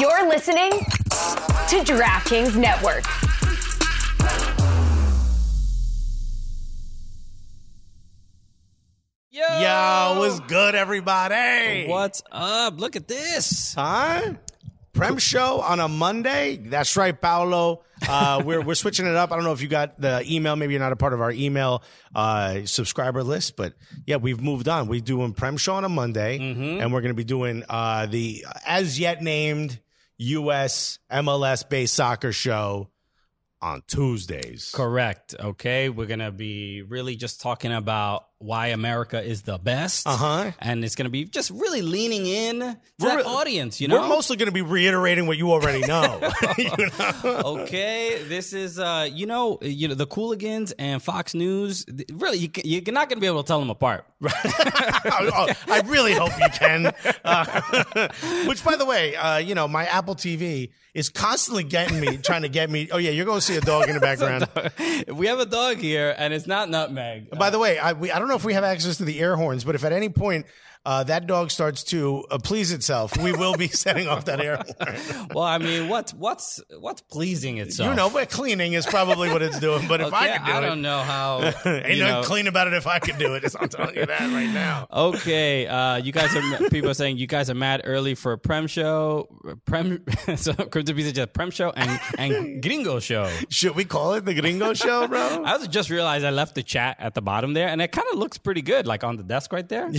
You're listening to DraftKings Network. Yo, Yo, what's good, everybody? what's up? Look at this. Huh? Prem show on a Monday. That's right, Paolo. Uh, we're we're switching it up. I don't know if you got the email. Maybe you're not a part of our email uh, subscriber list, but yeah, we've moved on. We're doing Prem show on a Monday, and we're going to be doing uh, the as yet named U.S. MLS based soccer show on Tuesdays. Correct. Okay, we're gonna be really just talking about why America is the best. Uh-huh. And it's gonna be just really leaning in to We're- that audience. You know, We're mostly going to be reiterating what you already know. You know? okay this is uh you know you know the cooligans and fox news th- really you, ca- you're not gonna be able to tell them apart oh, oh, I really hope you can. Uh, which, by the way, uh, you know, my Apple TV is constantly getting me, trying to get me. Oh yeah, you're going to see a dog in the background. we have a dog here and it's not nutmeg By the way, I, we, I don't know if we have access to the air horns, but if at any point uh, that dog starts to uh, please itself, we will be setting off that air horn. well i mean what's what's what's pleasing itself You know, but cleaning is probably what it's doing. But if okay, I could do I it, don't know how ain't you nothing know. clean about it. If I could do it, I'm telling you that right now. Okay, uh, you guys are people are saying you guys are mad early for a prem show, prem so crypto pizza just prem show and and gringo show. Should we call it the Gringo Show, bro? I also just realized I left the chat at the bottom there, and it kind of looks pretty good, like on the desk right there.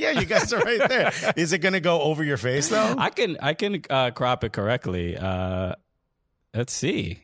yeah, you guys are right there. Is it going to go over your face though? I can I can uh, crop it correctly. Uh, let's see.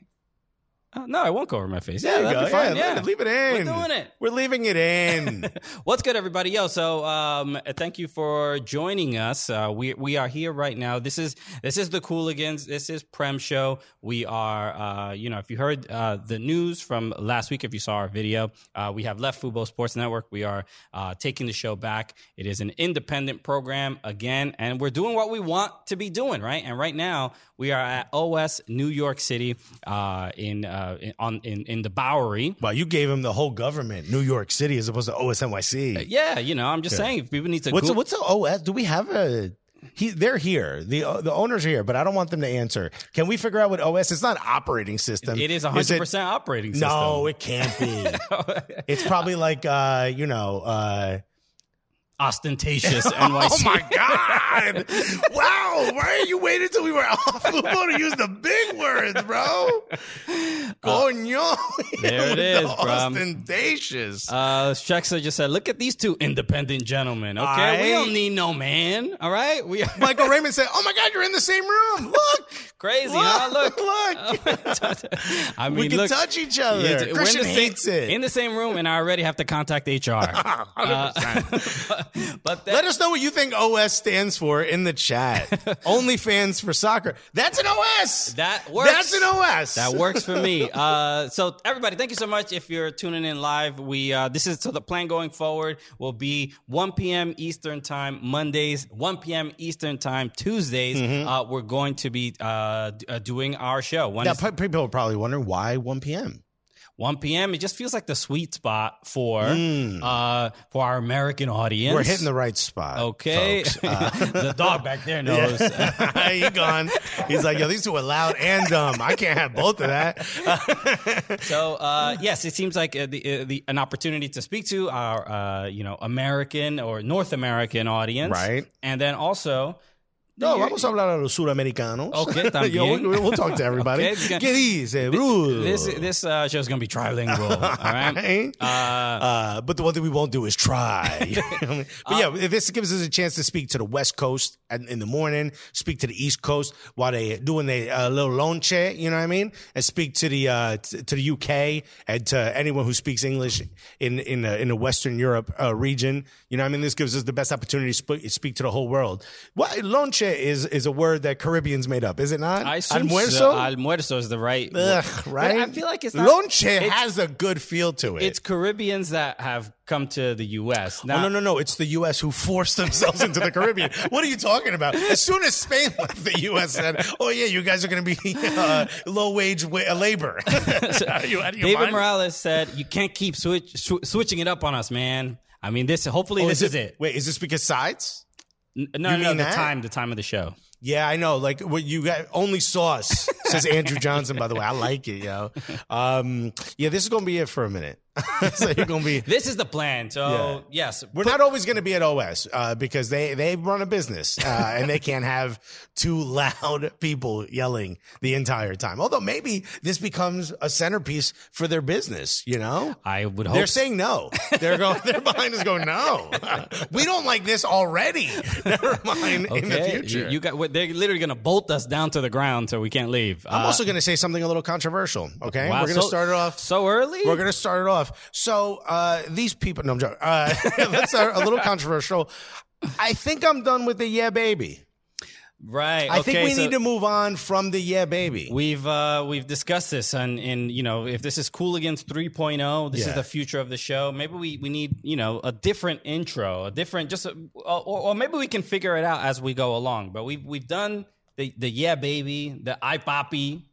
Oh, no, it won't go over my face. There Yeah, you that'd go. be fine. Yeah, Yeah, let it- leave it in. We're doing it. We're leaving it in. What's good, everybody? Yo, so um, thank you for joining us. Uh, we we are here right now. This is this is the Cooligans. This is Prem Show. We are, uh, you know, if you heard uh, the news from last week, if you saw our video, uh, we have left Fubo Sports Network. We are uh, taking the show back. It is an independent program again, and we're doing what we want to be doing, right? And right now, we are at OS New York City uh, in uh, in, on in, in the Bowery. well, you gave him the whole government, New York City, as opposed to OSNYC. Yeah, you know, I'm just saying if people need to What's Goog- what's the OS? Do we have a? He, they're here. the The owners are here, but I don't want them to answer. Can we figure out what OS? It's not operating system. It is Is it- 100% operating system. No, it can't be. it's probably like uh, you know. Uh, ostentatious NYC. Oh my God! wow, why are you waiting till we were off Fubo to use the big words, bro? Coño! there it With is, the bro. Ostentatious. Uh, Shexa just said, "Look at these two independent gentlemen. Okay, we I- don't need no man. All right, we are Michael Raymond said, "Oh my God, you're in the same room. Look, crazy. look, huh? Look, look. I mean, we can look, touch each other. it's- we're in the Christian same- hates it. in the same room, and I already have to contact HR. Uh, but but that, Let us know what you think OS stands for in the chat. Only fans for soccer. That's an OS. That works. That's an OS. That works for me. Uh, so everybody, thank you so much if you're tuning in live. We uh, this is so the plan going forward will be 1 p.m. Eastern time Mondays, 1 p.m. Eastern time Tuesdays. Mm-hmm. Uh, we're going to be uh, d- uh, doing our show. One, Now, is- pe- people are probably wondering why 1 p.m. 1 p.m. It just feels like the sweet spot for uh, for our American audience. Hmm. We're hitting the right spot. okay. folks. Uh, the dog back there knows. Yeah. he gone. He's like, yo, these two are loud and dumb. I can't have both of that. So uh, yes, it seems like uh, the, uh, the an opportunity to speak to our uh, you know American or North American audience, Right. And then also, No, vamos a hablar a los suramericanos. Okay, también. Yo, we'll, we'll talk to everybody. Okay, it's gonna- ¿Qué dice, Bruno? this this uh, show is going to be trilingual. all right. Right? Uh, Uh, but the one thing we won't do is try. You know what I mean? but yeah, if this gives us a chance to speak to the West Coast and in the morning, speak to the East Coast while they doing their uh, little lonche, you know what I mean, and speak to the uh, t- to the UK and to anyone who speaks English in in the, in the Western Europe uh, region. You know what I mean. This gives us the best opportunity to sp- speak to the whole world. What lonche is is a word that Caribbeans made up, is it not? I assume Almuerzo? so. Almuerzo is the right, Ugh, word. right? But I feel like it's not. lonche it's- has a good feel to it. It's Caribbeans that have come to the U.S. Oh, Now, no, no, no. It's the U.S. who forced themselves into the Caribbean. What are you talking about? As soon as Spain left, the U.S. said, oh, yeah, you guys are going to be uh, low wage wa- uh, labor. are you out of your David mind? Morales said, "You can't keep switch, sw- switching it up on us, man. I mean, this. Hopefully, Oh, this is it. Wait, is this because sides? N- No, no, no, mean the that? time, the time of the show. Yeah, I know. Like what you got only sauce says Andrew Johnson. By the way, I like it, yo. Um, yeah, this is gonna be it for a minute. so you're gonna be. This is the plan. So yes, We're not always going to be at OS uh, because they they run a business uh, and they can't have two loud people yelling the entire time. Although maybe this becomes a centerpiece for their business. You know, I would hope. They're saying no. They're going. They're behind us going no. we don't like this already. Never mind in the Okay, future. You, you got. what- They're literally gonna bolt us down to the ground so we can't leave. Uh, I'm also going to say something a little controversial. Okay, Wow, we're going to so- start it off. so early. We're going to start it off. So uh, these people. No, I'm joking. Uh, let's start a little controversial. I think I'm done with the yeah baby. right. I think okay, we so- need to move on from the yeah baby. We've uh, we've discussed this, and and you know if this is Cool Against 3.0, this Yeah. is the future of the show. Maybe we, we need you know a different intro, a different just, a, or, or maybe we can figure it out as we go along. But we've we've done the the yeah baby, the I poppy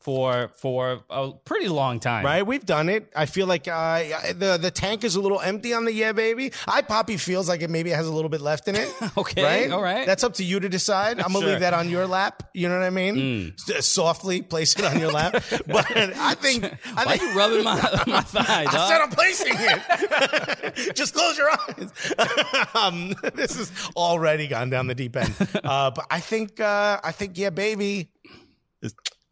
for for a pretty long time, Mm-hmm. Right, we've done it. I feel like uh, the the tank is a little empty on the yeah baby. I poppy feels like it maybe has a little bit left in it. Okay, right, all right. That's up to you to decide. I'm gonna Sure. Mm. leave that on your lap. You know what I mean? S- softly place it on your lap. but I think I Why think you rubbing my my thigh? I dog? said I'm placing it. Just close your eyes. um, this has already gone down the deep end. Uh, but I think, uh, I think, yeah, baby.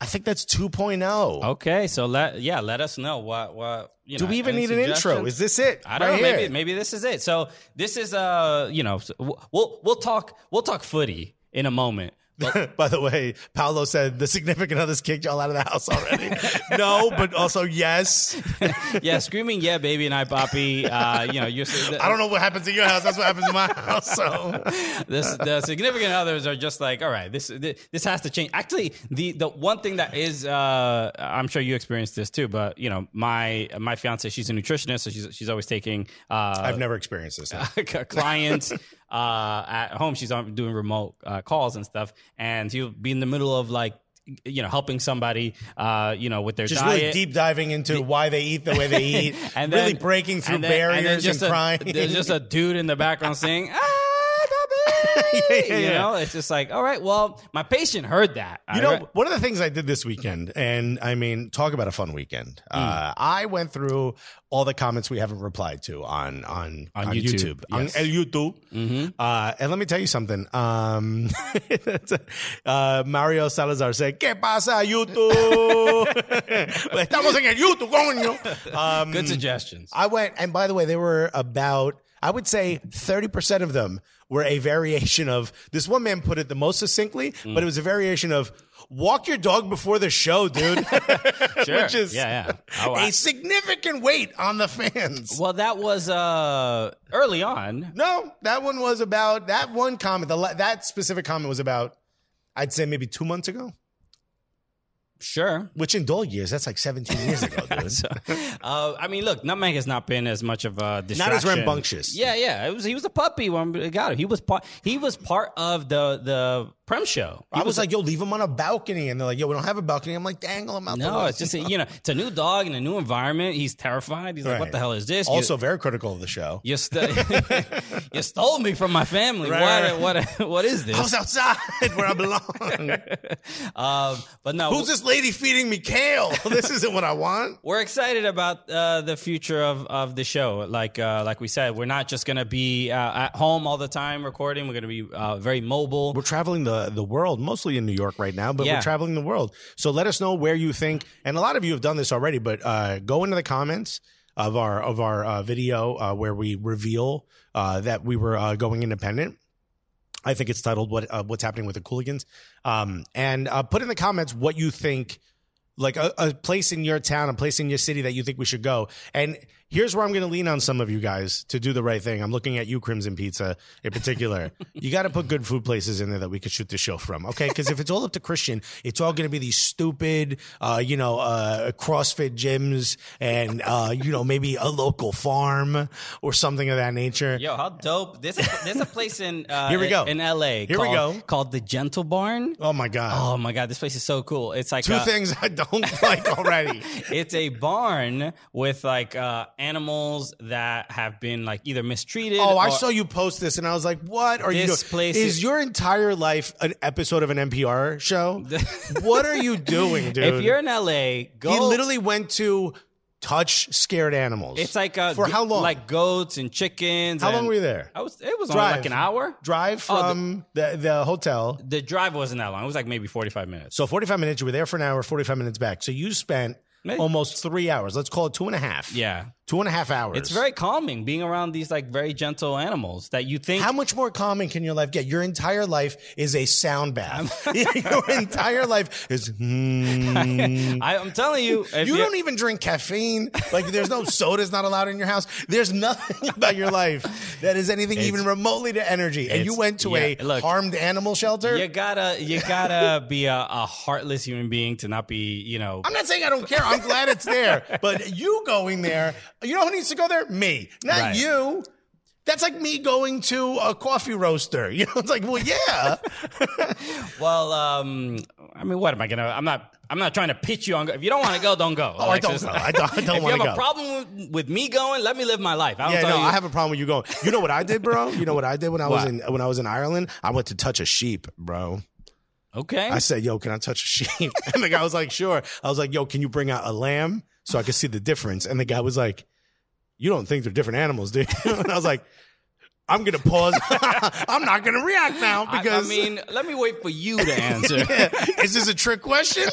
I think that's 2.0. Okay, so let yeah, let us know what what you Do know, we even any need an intro? suggestions? Is this it? I don't Right know. Maybe here. maybe this is it. So this is uh you know so w- we'll we'll talk we'll talk footy in a moment. But By the way, Paolo said the significant others kicked y'all out of the house already. no, but also yes. yeah, screaming yeah, baby and I poppy. Uh, you know you're. I don't know what happens in your house. That's what happens in my house. So This, the significant others are just like, all right, this this, this has to change. Actually, the, the one thing that is, uh, I'm sure you experienced this too, but you know, my my fiance, she's a nutritionist, so she's she's always taking uh, I've never experienced this. clients uh, at home. She's on doing remote uh, calls and stuff, and she'll be in the middle of like, you know, helping somebody, uh, you know, with their just diet. really deep diving into why they eat the way they eat, and really then- breaking through and then- barriers and, then just a- crying. There's just a dude in the background saying, "Ah, Bobby," Yeah, yeah, you yeah. know. It's just like, all right, well, my patient heard that. you know, one of the things I did this weekend, and I mean, talk about a fun weekend. Hmm. Uh, I went through all the comments we haven't replied to on on On on, YouTube, YouTube, yes. Mm-hmm. on El YouTube. Uh, and let me tell you something. Um, uh, Mario Salazar said, "¿Qué pasa, YouTube? Estamos en el YouTube, coño." Um, good suggestions. I went, and by the way, they were about, I would say 30% of them were a variation of, this one man put it the most succinctly, Mm. but it was a variation of, walk your dog before the show, dude. Sure. Which is Yeah, yeah. Oh, I- a significant weight on the fans. well, that was uh, early on. No, that one was about, that one comment, the, la- that specific comment was about, I'd say maybe two months ago, Sure, which in dog years, that's like 17 years ago, dude. Uh, I mean, look, Nutmeg has not been as much of a distraction. rambunctious. Yeah, yeah. It was he was a puppy when we got him. He was part. He was part of the the prem show. He I was like, yo, leave him on a balcony. And they're like, yo, we don't have a balcony. I'm like, dangle him out the no, window. it's just a, you know, it's a new dog in a new environment. He's terrified. He's like, what Right. the hell is this? You- Also, very critical of the show. you, st- you stole me from my family. Right, what, what what is I this? was outside where I belong. Um, but no, Who's this lady feeding me kale? This isn't what I want. we're excited about uh, the future of, of the show. Like uh, like we said, we're not just gonna be uh, at home all the time recording. We're gonna be uh, very mobile. We're traveling the, the world, mostly in New York right now, but Yeah. we're traveling the world. So let us know where you think, and a lot of you have done this already, but uh, go into the comments of our of our uh, video uh, where we reveal uh, that we were uh, going independent. I think it's titled "What uh, What's Happening with the Cooligans," um, and uh, put in the comments what you think like a, a place in your town, a place in your city that you think we should go. And here's where I'm going to lean on some of you guys to do the right thing. I'm looking at you, Crimson Pizza, in particular. you got to put good food places in there that we could shoot the show from, okay? Because if it's all up to Christian, it's all going to be these stupid, uh, you know, uh, CrossFit gyms and, uh, you know, maybe a local farm or something of that nature. Yo, how dope! There's a, there's a place in uh, Here we go. in L.A. Here we called, go. called the Gentle Barn. Oh my God. Oh my god, this place is so cool! It's like Two a, things I don't like already. it's a barn with like uh, animals that have been like either mistreated. Oh, I or- saw you post this, and I was like, "What are you doing? uh, This place is, is- your entire life an episode of an NPR show? what are you doing, dude? If you're in LA, go. he literally went to touch scared animals. It's like uh, for g- how long? Like goats and chickens. how and- long were you there? I was. It was only Drive. like an hour. Drive Oh, the- from the, the, hotel. The drive wasn't that long. It was like maybe forty-five minutes. So forty five minutes. You were there for an hour. Forty five minutes back. So you spent Maybe. almost three hours. Let's call it two and a half. Yeah, two and a half hours. it's very calming being around these like very gentle animals that you think. How much more common can your life get? Your entire life is a sound bath. your entire life is. hmm. I, I'm telling you, if you you- don't even drink caffeine. Like there's no sodas not allowed in your house. There's nothing about your life that is anything even remotely to energy. And you it's- went to a yeah, look. harmed animal shelter. you gotta you gotta be a, a heartless human being to not be you know. I'm not saying I don't care. I'm glad it's there. But you going there, you know who needs to go there? Me, not Right. you. That's like me going to a coffee roaster. You know, it's like, well, Oh, yeah. Well, um, I mean, what am I gonna? I'm not. I'm not trying to pitch you on. If you don't want to go, don't go. Oh, I don't go. I don't- I don't if you wanna have go. a problem with, with me going, let me live my life. I don't Yeah, tell no, you. I have a problem with you going. You know what I did, bro? You know what I did when I was What? in when I was in Ireland? I went to touch a sheep, bro. okay. I said, "Yo, can I touch a sheep?" And the guy was like, "Sure." I was like, "Yo, can you bring out a lamb so I could see the difference?" And the guy was like, "You don't think they're different animals, do you?" And I was like, "I'm gonna pause. I'm not gonna react now I- because." I, mean, let me wait for you to answer. is this a trick question?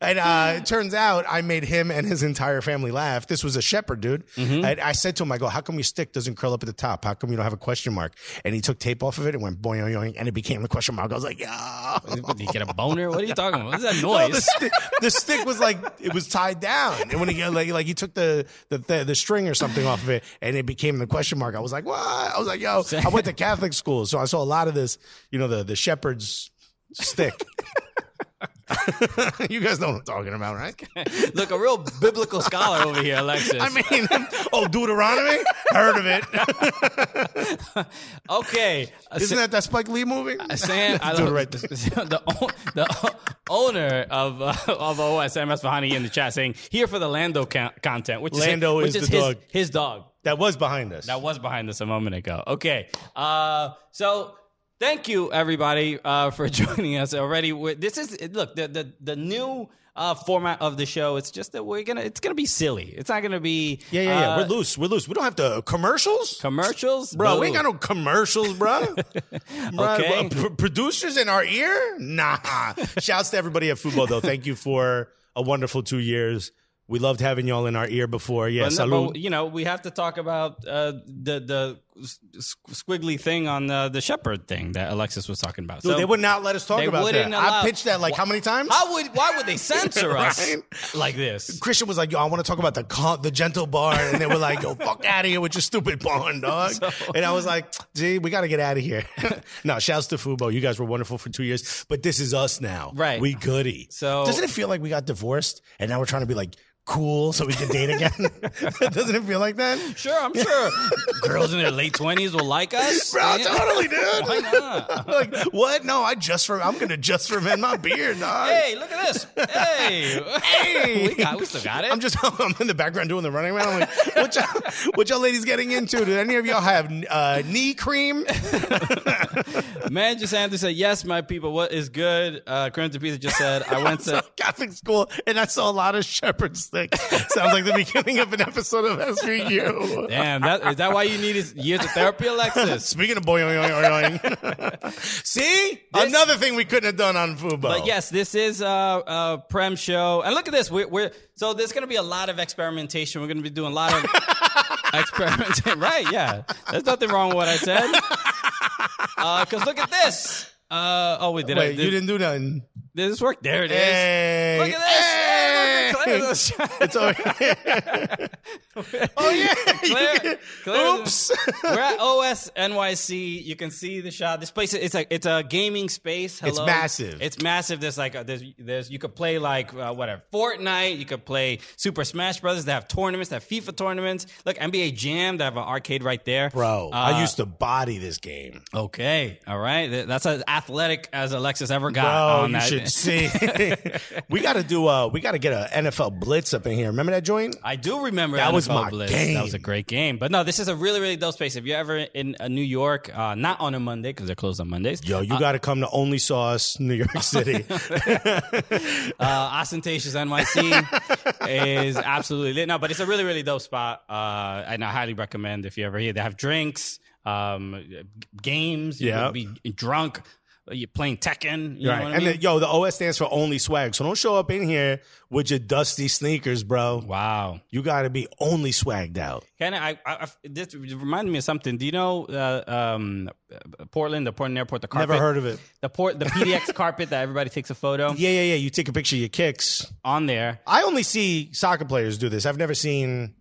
And uh, it turns out I made him and his entire family laugh. This was a shepherd, dude. Mm-hmm. And I said to him, I go, how come your stick doesn't curl up at the top? How come you don't have a question mark? And he took tape off of it and went boing, boing, boing, and it became the question mark. I was like, yeah. What, Did you get a boner? What are you talking about? What's that No, the, noise? sti- the stick was like it was tied down, and when he got- like like he took the, the the the string or something off of it, and it became the question mark. I was like, what? I was like, yo, I went to Catholic school, so I saw a lot of this. You know, the the shepherd's stick. you guys know what I'm talking about, right? Look, a real biblical scholar over here, Alexis. I mean, oh, Deuteronomy, heard of it? okay. uh, Isn't that that Spike Lee movie? Sam, I doing love it right the, o- the o- owner of uh, of OSMS Vahani in the chat saying here for the Lando con- content, which Lando is, is which the his, dog. His dog That was behind us. that was behind us a moment ago. Okay, uh, so thank you everybody uh, for joining us already. We're, this is look the the the new. Uh, format of the show. It's just that we're gonna. It's gonna be silly. It's not gonna be. yeah, yeah, yeah. uh, We're loose. We're loose. We don't have to commercials. commercials, Bro, No. we ain't got no commercials, bro. Bro, Okay. p- producers in our ear? Nah. Shouts to everybody at Fubo, though. Thank you for a wonderful two years. We loved having y'all in our ear before. Yeah, But no- but, salud. you know, we have to talk about uh, the the s- s- squiggly thing on the, the shepherd thing that Alexis was talking about. Dude, So they would not let us talk they about that. wouldn't allow- I pitched that like how many times? How would why would they censor us Right? like this? Christian was like, "Yo, I want to talk about the con- the gentle barn," and they were like, "Yo, fuck out of here with your stupid barn, dog." and I was like, "Gee, we got to get out of here." no, shouts to Fubo. You guys were wonderful for two years, but this is us now. Right. We goody. So- doesn't it feel like we got divorced and now we're trying to be like cool so we can date again? doesn't it feel like that? Sure, I'm sure girls in their late twenties will like us. Bro, Yeah. totally, dude. Why not? like what? No, I just rem- I'm gonna just remend my beard, dog. Hey, look at this. Hey, Hey. we got we still got it. I'm just I'm in the background doing the running around. I'm like, what y'all, what y'all ladies getting into? Did any of y'all have uh, knee cream? Manager Sanders said, "Yes, my people. What is good?" Uh, Crimson Pizza just said, "I went So to." Catholic school, and I saw a lot of shepherd sticks. Sounds like the beginning of an episode of SVU. Damn, that is that why you needed years of therapy, Alexis? Speaking of boing, boing, boing, boing. see This- another thing we couldn't have done on Fubo. But Uh, yes, this is a, a prem show, and look at this. We're, we're so there's going to be a lot of experimentation. We're going to be doing a lot of experimentation. Right? Yeah. There's nothing wrong with what I said. Because look at this. Uh, oh, wait, did I? Wait, Did, you didn't do nothing. did this work? There it is. Hey, Look at this. Hey, look at Hey. Claire. It's over oh yeah, Claire, Claire- Oops. We're at OS NYC. You can see the shot. This place it's like it's a gaming space. Hello. It's massive. It's massive. There's like a, there's there's you could play like uh, whatever Fortnite. You could play Super Smash Brothers. They have tournaments. They have FIFA tournaments. Look NBA Jam. They have an arcade right there, Bro, Uh, I used to body this game. okay, all right. Th- That's as athletic as Alexis ever got. Bro, on you that. should see. we got to do. Uh, we got to get a NFL Blitz up in here. Remember that joint? I do remember That was NFL my Blitz. game. That was a great game. But no, this is a really really dope space. If you're ever in uh, New York, uh, not on a Monday because they're closed on Mondays. Yo, you got to come to Only Sauce, New York City. uh, ostentatious NYC is absolutely lit. No, but it's a really, really dope spot, uh, and I highly recommend if you're ever here. They have drinks, um, g- games. You Yeah. could be drunk. You're playing Tekken. You know right. what I And mean? the, yo, the OS stands for Only Swag. So don't show up in here with your dusty sneakers, bro. wow. You got to be only swagged out. Kind of. I, I, I- this reminded me of something. Do you know uh, um, Portland, the Portland airport, the carpet? Never heard of it. the port, the PDX carpet that everybody takes a photo Yeah, yeah, yeah. You take a picture of your kicks. on there. I only see soccer players do this. I've never seen.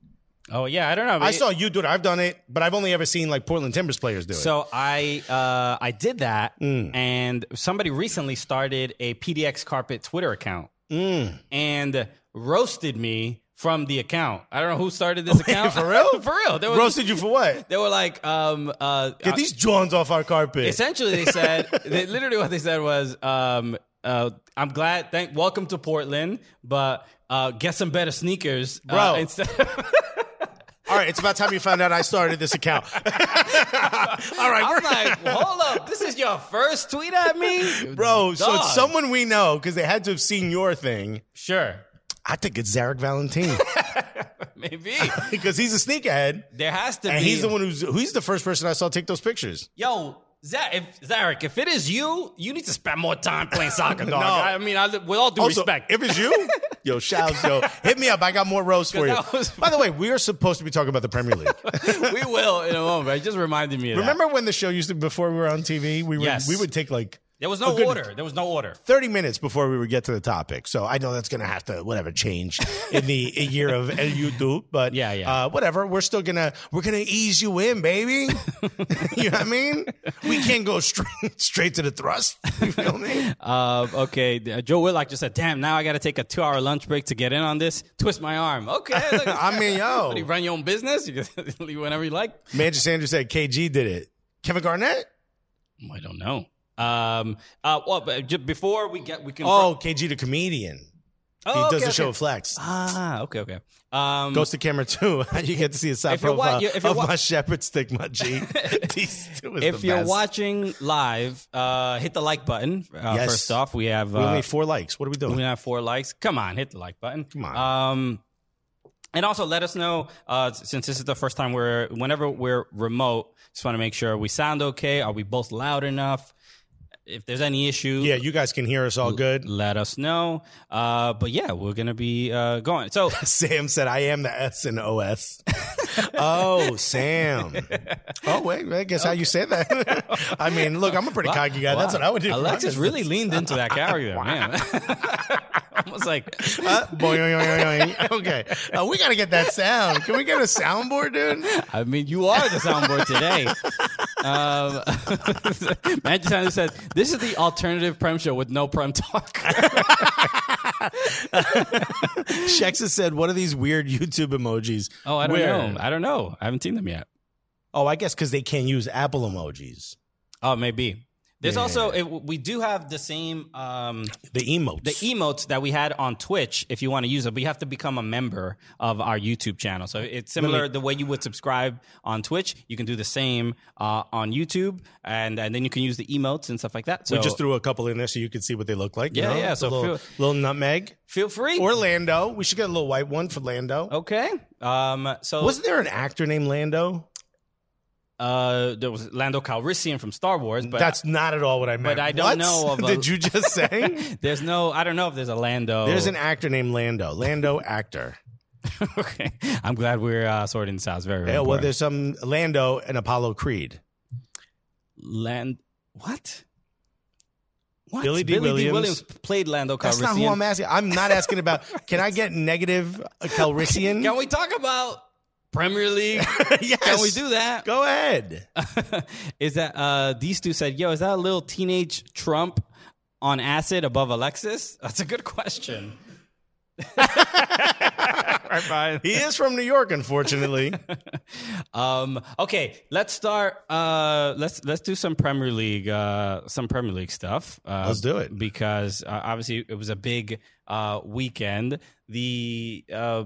Oh yeah, I don't know. I saw you do it. I've done it, but I've only ever seen like Portland Timbers players do it. So I uh, I did that, and somebody recently started a PDX Carpet Twitter account Mm. and roasted me from the account. I don't know who started this account. for real? for real. Uh, They were, roasted you for what? They were like, um, uh, Get these Johns off our carpet. essentially they said they, literally what they said was, um, uh, I'm glad. Thank. Welcome to Portland, but uh, get some better sneakers, uh, Bro. instead. All right, it's about time you found out I started this account. All right, I'm we're- like, hold up, this is your first tweet at me, bro. So Dog. it's someone we know because they had to have seen your thing. Sure. I think it's Zarek Valentine Maybe because he's a sneakerhead there has to and be. he's the one who's he's the first person I saw take those pictures. Yo, Zarek, if, Zarek, if it is you, you need to spend more time playing soccer, dog. I mean, I, with all due Also, respect, if it's you, yo, shouts, yo, hit me up. I got more rows for you. that was- By the way, we are supposed to be talking about the Premier League. we will in a moment. It just reminded me of Remember when the show used to before we were on TV? We would Yes. we would take like that. There was no a good- order. There was no order. 30 minutes before we would get to the topic. So I know that's going to have to, whatever, change in the year of El YouTube, but Yeah, yeah. Uh, whatever. We're still going to, we're going to ease you in, baby. you know what I mean? We can't go straight, straight to the thrust. You feel me? Uh, okay, uh, Joe Whitlock just said, "Damn, now I got to take a two-hour lunch break to get in on this. Twist my arm. Okay, look, I mean, what, you yo. run your own business. You can leave whenever you like. Manchester Sanders said KG did it. Kevin Garnett? I don't know. Um, uh, well, but ju- before we get, we can. Oh, Oh, KG the comedian. He does the show Flex. Ah, okay, okay. Um, Goes to camera too. you get to see a side If you're wa- profile you- if you're of wa- my shepherd stick, my G. These two is if the you're best. watching live, uh, hit the like button. Uh, Yes. First off, we have we only uh, need four likes. What are we we doing? have four likes. Come on, hit the like button. Come on. Um, and also let us know uh, s- since this is the first time we're whenever we're remote. Just want to make sure we sound okay. Are we both loud enough? If there's any issue, Yeah, you guys can hear us all good. let us know. Uh, but yeah, we're gonna be uh, going. So Sam said, I am the S in OS. oh, Sam. Oh, wait, I guess how you said that. I mean, look, I'm a pretty cocky guy. That's Wow. what I would do. Alexis really leaned into that character, man. Almost like Uh, boing, boing, boing, boing. Okay. Uh, we got to get that sound. Can we get a soundboard, dude? I mean, you are the soundboard today. um, Magic Sanders says, This is the alternative Prem show with no Prem talk. Shexa said, What are these weird YouTube emojis? oh, I don't Where? know. I don't know. I haven't seen them yet. Oh, I guess because they can't use Apple emojis. Oh, maybe. There's Yeah. also, it, we do have the same, um, The emotes. the emotes that we had on Twitch if you want to use it, but you have to become a member of our YouTube channel. So it's similar the way you would subscribe on Twitch. You can do the same uh, on YouTube, and, and then you can use the emotes and stuff like that. So we just threw a couple in there so you could see what they look like. you Yeah, know? yeah, It's so a little, feel- little nutmeg. feel free. Or Lando. We should get a little white one for Lando. Okay. Um, so Wasn't there an actor named Lando? uh, there was Lando Calrissian from Star Wars, but That's not at all what I meant. But I don't What? know of a- Did you just say? there's no. I don't know if there's a Lando. There's an actor named Lando. Lando actor. okay. I'm glad we're uh, sorting this out. It's very, very Yeah, well, important. there's some Lando and Apollo Creed. Land. What? What? Billy D. Williams. played Lando Calrissian. That's not who I'm asking. I'm not asking about. Can I get negative uh, Calrissian? Can we talk about Premier League? yes. Can we do that? Go ahead. is that uh, these two said? Yo, is that a little teenage Trump on acid above Alexis? That's a good question. right behind. He is from New York, unfortunately. Um, okay, let's start. Uh, let's let's do some Premier League, uh, some Premier League stuff. Uh, Let's do it. because uh, obviously it was a big uh, weekend. The uh,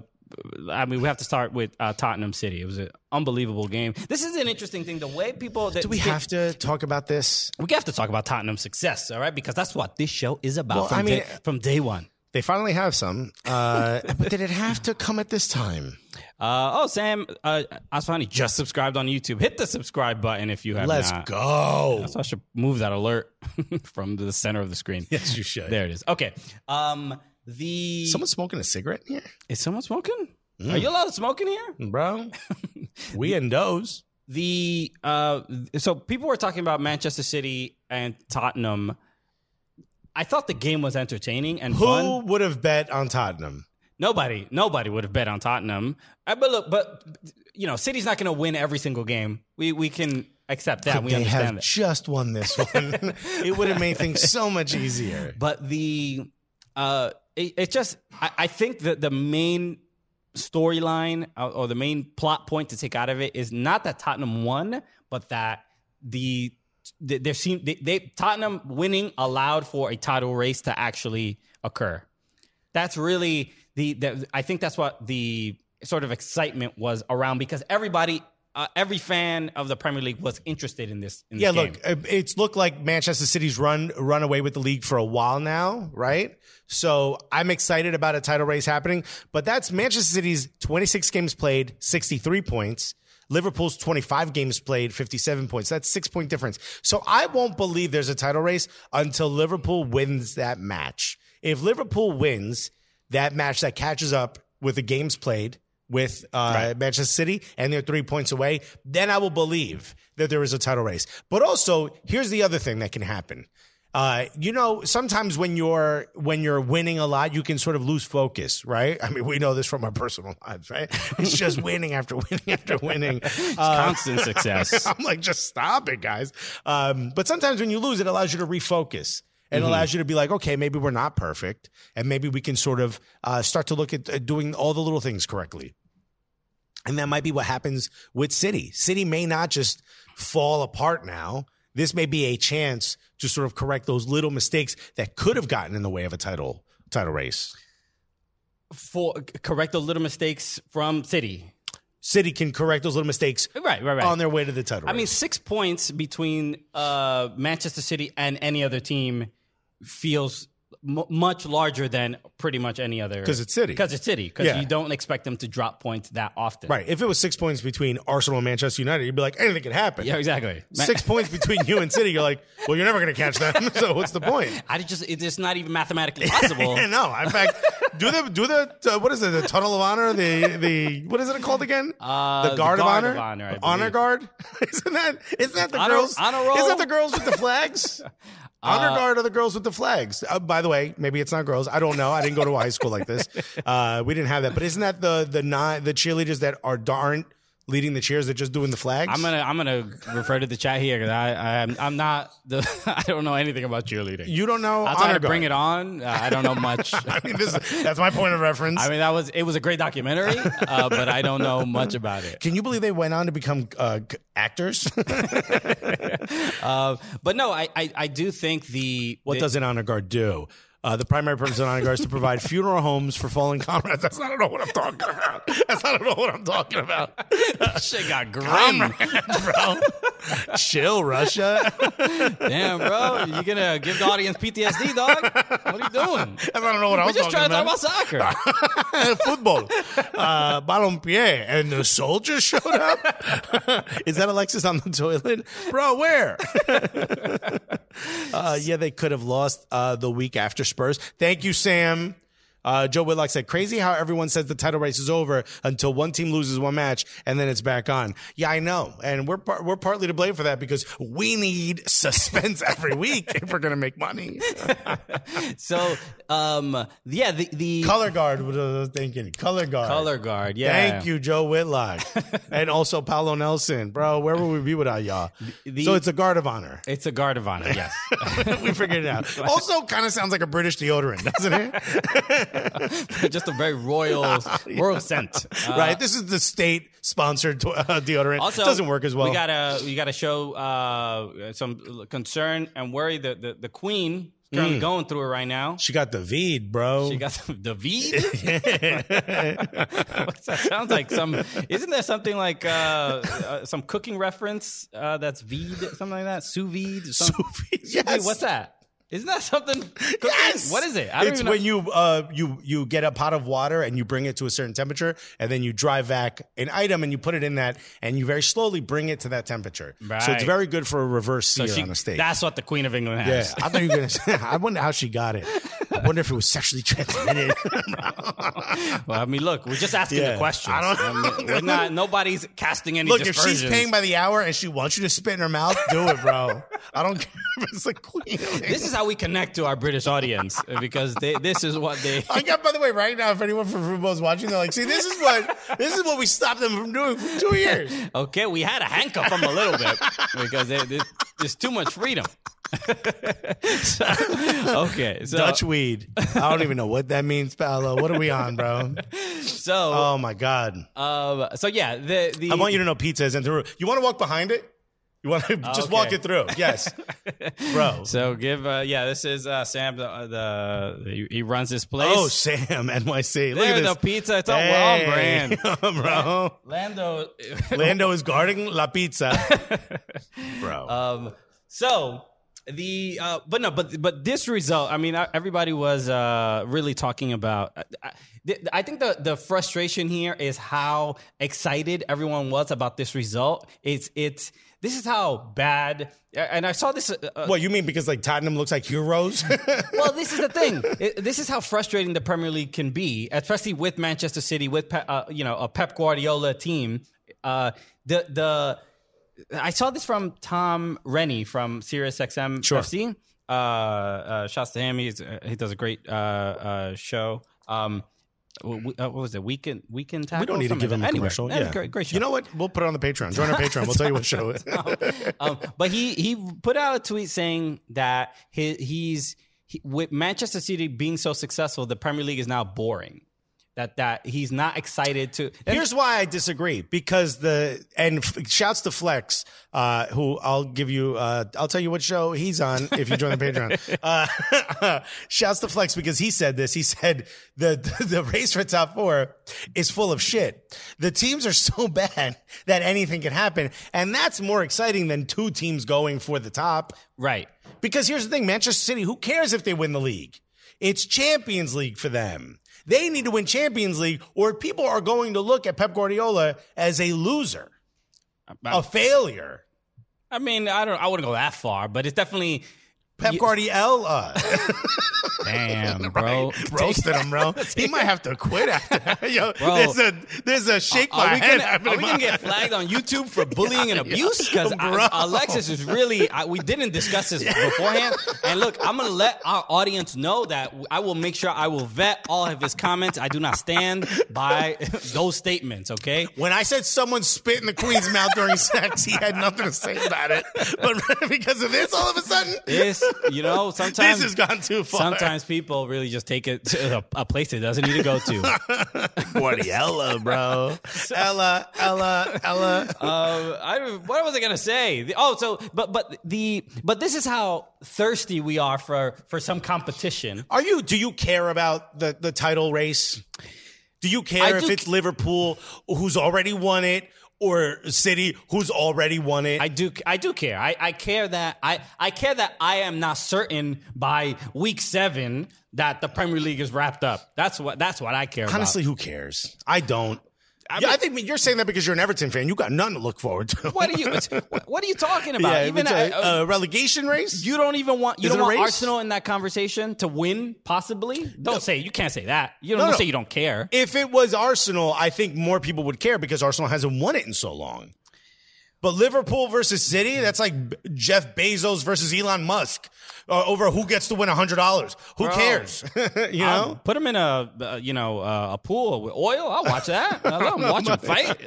I mean, we have to start with uh, Tottenham City. It was an unbelievable game. This is an interesting thing. The way people that Do we have to talk about this? we have to talk about Tottenham's success, all right? Because that's what this show is about. Well, from I mean- day, from day one. They finally have some, uh, but did it have to come at this time? Uh, oh, Sam uh, Asfani just subscribed on YouTube. Hit the subscribe button if you have Let's not. go. So I should move that alert from the center of the screen. Yes, you should. There it is. Okay. Um, the Someone smoking a cigarette in here, is someone smoking? Mm. Are you allowed to smoke in here? bro? we in those. The uh, so people were talking about Manchester City and Tottenham. I thought the game was entertaining and Who fun. would have bet on Tottenham? Nobody, nobody would have bet on Tottenham. I, but look, but you know, City's not going to win every single game. We we can accept that. we they understand have that. just won this one. it would have made things so much easier. but the uh it, it just I, I think that the main storyline uh, or the main plot point to take out of it is not that Tottenham won but that the th- there seem they, they Tottenham winning allowed for a title race to actually occur that's really the, the I think that's what the sort of excitement was around because everybody uh, every fan of the Premier League was interested in this in this Yeah, game. look, it- it's looked like Manchester City's run run away with the league for a while now, right? So I'm excited about a title race happening, but that's Manchester City's 26 games played, 63 points. Liverpool's 25 games played, 57 points. That's six point difference. So I won't believe there's a title race until Liverpool wins that match. If Liverpool wins that match, that catches up with the games played with uh, Manchester City and they're three points away, then I will believe that there is a title race. But also, here's the other thing that can happen. Uh, you know, sometimes when you're when you're winning a lot, you can sort of lose focus, right? I mean, we know this from our personal lives, right? It's just winning after winning after winning. Uh, constant success. I'm like, just stop it, guys. Um, but sometimes when you lose, it allows you to refocus. Mm-hmm. It allows you to be like, okay, maybe we're not perfect, and maybe we can sort of uh, start to look at uh, doing all the little things correctly. And that might be what happens with City. City may not just fall apart now. This may be a chance to sort of correct those little mistakes that could have gotten in the way of a title title race. for correct the little mistakes from City. City can correct those little mistakes Right, right, right. on their way to the title. I mean, six points between uh, Manchester City and any other team feels m- much larger than pretty much any other. 'Cause it's City. Because it's City. Because Yeah. you don't expect them to drop points that often. right? If it was six points between Arsenal and Manchester United, you'd be like, anything can happen. Yeah, exactly. Ma- six points between you and City, you're like, well, you're never going to catch them. So what's the point? I just, it's just not even mathematically possible. Yeah, no. In fact, do the do the uh, what is it? The Tunnel of Honor? The the what is it called again? Uh, the the Guard of Guard Honor. of Honor, I The honor believe. Guard. isn't that isn't that the Honor- girls? honor Isn't roll? Uh, that the girls with the flags? honor Guard are the girls with the flags. Uh, by the way, maybe it's not girls. I don't know. I didn't go to a high school like this. Uh, we didn't have that. But isn't that the the not the cheerleaders that are darn leading the cheers? They're just doing the flags. I'm gonna I'm gonna refer to the chat here because I, I I'm, I'm not the I don't know anything about cheerleading. You don't know. I'll honor try to guard. bring it on. Uh, I don't know much. I mean, this, that's my point of reference. I mean, that was it was a great documentary, uh, but I don't know much about it. Can you believe they went on to become uh, g- actors? Uh, but no, I, I I do think the what does an honor guard do? Uh, the primary purpose of an honor guard is to provide funeral homes for fallen comrades. That's not at all what I'm talking about. That's not at all what I'm talking about. that shit got grim, bro. Chill, Russia. damn, bro. You're gonna give the audience PTSD, dog. What are you doing? I don't know what I We're was just talking trying to talk about. about soccer. Football, uh, balompié, and the soldier showed up. Is that Alexis on the toilet, bro? Where? uh, yeah, they could have lost uh, the week after Spurs. Thank you, Sam. Uh, Joe Whitlock said, "Crazy how everyone says the title race is over until one team loses one match and then it's back on." Yeah, I know, and we're par- we're partly to blame for that because we need suspense every week if we're gonna make money. So, um, yeah, the the Color guard, what was I thinking? Color guard, color guard. Yeah, Thank you, Joe Whitlock. and also Paolo Nelson. Bro, where would we be without y'all? The- so it's a guard of honor. It's a guard of honor. Yes. Uh, we figured it out. Also, kind of sounds like a British deodorant, doesn't it? just a very royal, royal scent. Uh, right? This is the state sponsored uh, deodorant. Also, doesn't work as well. We gotta we gotta show uh, some concern and worry that the, the queen is currently going through it right now. she got the Veed, bro. She got some David. What's that sounds like some. Isn't there something like uh, uh, some cooking reference uh, that's vide, something like that, sous vide? Some, yes. Wait, what's that? Isn't that something? cooking? Yes. What is it? I don't it's even know. when you uh you you get a pot of water and you bring it to a certain temperature and then you dry vac an item and you put it in that and you very slowly bring it to that temperature. So Right. it's very good for a reverse So sear she- on a steak. That's what the Queen of England yeah, has. I thought you were gonna. Say, I wonder how she got it. I wonder if it was sexually transmitted. Well, I mean, look, we're just asking the Yeah. questions. I don't- I mean, we're not. Nobody's casting any. Look, if dispersions. she's paying by the hour and she wants you to spit in her mouth, do it, bro. I don't care if it's a queen. This is how we connect to our British audience because they, this is what they. I got. By the way, right now, if anyone from Fubo is watching, they're like, "See, this is what this is what we stopped them from doing for two years." Okay, we had to handcuff them a little bit because they, they, there's too much freedom. So, okay, so Dutch weed. I don't even know what that means, Paolo. What are we on, bro? so Oh my god! um, so yeah, the the I want you to know pizza isn't through. You want to walk behind it? You want to just Oh, okay. walk it through? Yes, bro. so give uh, yeah. This is uh, Sam. The, the he- he runs this place. Oh, Sam, NYC. Look there at the this. pizza. It's all Hey, on brand. bro. Lando. Lando is guarding la pizza, bro. Um, so the uh, but no, but but this result. I mean, I, everybody was uh, really talking about. uh, I, I- I think the the frustration here is how excited everyone was about this result. It's it's this is how bad. And I saw this. Uh, what you mean? Because like Tottenham looks like heroes. well, this is the thing. It- this is how frustrating the Premier League can be, especially with Manchester City, with Pe- uh, you know a Pep Guardiola team. Uh, the the I saw this from Tom Rennie from SiriusXM Sure. FC. Uh, uh, shouts to him. He's, uh, he does a great uh, uh, show. Um, w- w- uh, what was it? Weekend weekend. Tackle? We don't need to give Something like him a that. Anyway, commercial. anyway, yeah, great, great show. You know what? We'll put it on the Patreon. Join our Patreon. We'll tell you what show it is. um, but he he put out a tweet saying that he, he's he, with Manchester City being so successful, the Premier League is now boring. That that he's not excited to. Here's why I disagree because the and f- shouts to Flex, uh, who I'll give you, uh, I'll tell you what show he's on if you join the Patreon. Uh, shouts to Flex because he said this. He said the, the race for top four is full of shit. The teams are so bad that anything can happen, and that's more exciting than two teams going for the top. right. Because here's the thing Manchester City, who cares if they win the league? It's Champions League for them. They need to win Champions League, or people are going to look at Pep Guardiola as a loser, a failure. I mean, I don't. I wouldn't go that far, but it's definitely. Pep Guardiola. Damn, bro. Roasted him, bro. He might have to quit after that. Yo, Bro. there's a there's a shake my Are we, head. gonna, happening are we gonna behind- get flagged on YouTube for bullying and abuse? Because Bro. Alexis is really, I, we didn't discuss this beforehand. And look, I'm gonna let our audience know that I will make sure I will vet all of his comments. I do not stand by those statements, okay? When I said someone spit in the queen's mouth during sex, he had nothing to say about it. But because of this, all of a sudden, This, you know, sometimes. this has gone too far. Sometimes people really just take it to a, a place it doesn't need to go to. Guardiola, bro. Ella, Ella, Ella. um, I don't- what was I gonna say? The- oh, so but but the but this is how thirsty we are for for some competition. Are you? Do you care about the the title race? Do you care I if do- it's Liverpool who's already won it or City who's already won it? I do. I do care. I, I care that I, I care that I am not certain by week seven that the Premier League is wrapped up. That's what. That's what I care. Honestly, who cares? I don't. I, mean- I think you're saying that because you're an Everton fan. You got nothing to look forward to. about. what are you? it's- What, what are you talking about? yeah, even it's a, I- uh, a relegation race. you don't even want you Is don't it a want race? Arsenal in that conversation to win. Possibly. Don't say you can't say that. You don't, No, don't no. say you don't care. if it was Arsenal, I think more people would care because Arsenal hasn't won it in so long. But Liverpool versus City, that's like B- Jeff Bezos versus Elon Musk. uh, over who gets to win hundred dollars. Who Bro. cares? you I'll know. put them in a uh, you know uh, a pool with oil. I'll watch that. I love 'em. watch them fight.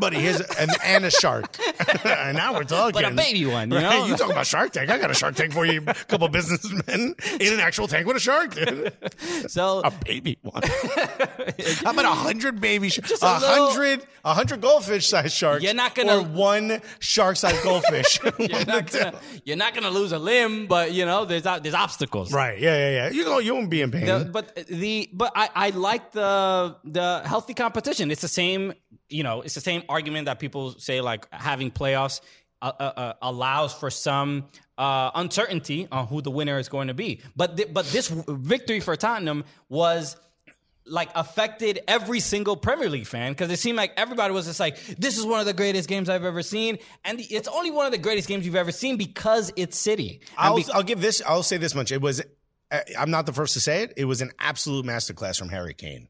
Buddy, here's an and a shark. and now we're talking. But a baby one, you Right? know? You talking about Shark Tank? I got a Shark Tank for you, a couple businessmen in an actual tank with a shark. dude. so a baby one. How about a hundred baby sharks? Just A a little- hundred, a hundred goldfish sized sharks. You're not gonna- or one shark sized goldfish. you're not gonna you're not gonna lose a limb, but you know there's o- there's obstacles. right? Yeah, yeah, yeah. You go. You won't be in pain. The- but the but I, I like the the healthy competition. It's the same you know it's the same argument that people say like having playoffs uh, uh, uh, allows for some uh, uncertainty on who the winner is going to be. But th- but this victory for Tottenham was like affected every single Premier League fan because it seemed like everybody was just like, "This is one of the greatest games I've ever seen," and it's only one of the greatest games you've ever seen because it's City. And I'll, be- I'll give this. I'll say this much. It was. I- I'm not the first to say it. It was an absolute masterclass from Harry Kane.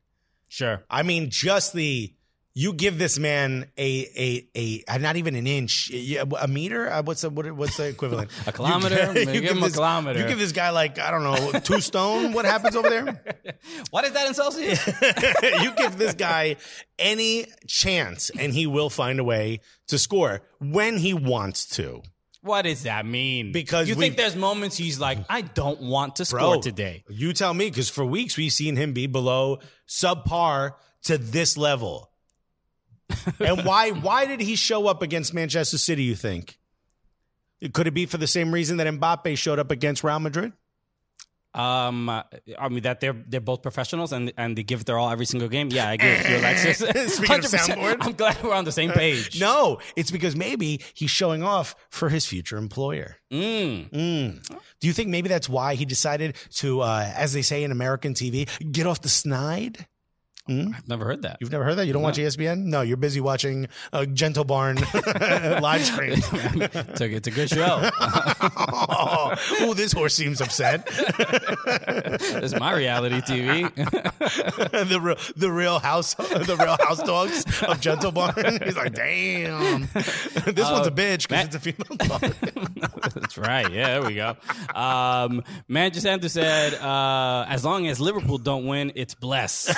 sure, I mean, just the you give this man a a a not even an inch, yeah, a meter. Uh, What's the what, what's the equivalent? A kilometer? You, Give him a this, kilometer. You give this guy like I don't know two stone. What happens over there? what is that in Celsius? you give this guy any chance, and he will find a way to score when he wants to. What does that mean? Because you we- think there's moments he's like, I don't want to score today. You tell me, because for weeks we've seen him be below subpar to this level. and why why did he show up against Manchester City, you think? Could it be for the same reason that Mbappe showed up against Real Madrid? Um, uh, I mean that they're they're both professionals and and they give their all every single game. Yeah, I agree with you, Alexis. Speaking of Uh, 100%. soundboard. I'm glad we're on the same page. No, it's because maybe he's showing off for his future employer. Mm. Mm. Do you think maybe that's why he decided to, uh, as they say in American TV, get off the snide? I've never heard that. You've never heard that? You don't watch E ESPN? No, you're busy watching uh, Gentle Barn live stream. it's, a, it's a good show. oh, ooh, this horse seems upset. it's my reality TV. the real, the real house, the real house dogs of Gentle Barn. He's like, damn, this one's a bitch because Matt- it's a female dog. That's right. Yeah, there we go. Um, Manchester Sanders said, uh, as long as Liverpool don't win, it's blessed.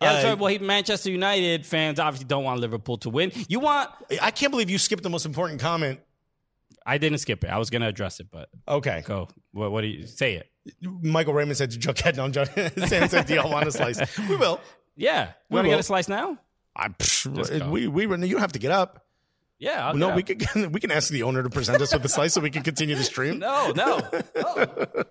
Yeah, that's Uh, right. Well, he, Manchester United fans obviously don't want Liverpool to win. You want I can't believe you skipped the most important comment. I didn't skip it. I was gonna address it, but Okay, go. What, what do you say? It. Michael Raymond said to Jughead. No, I'm joking. Sam said, "Do y'all want a slice?" We will. Yeah. We We want to will. get a slice now? I, go. psh, we we you don't have to get up. Yeah. I'll no, get we up. can we can ask the owner to present us with a slice so we can continue the stream. No, no. Oh,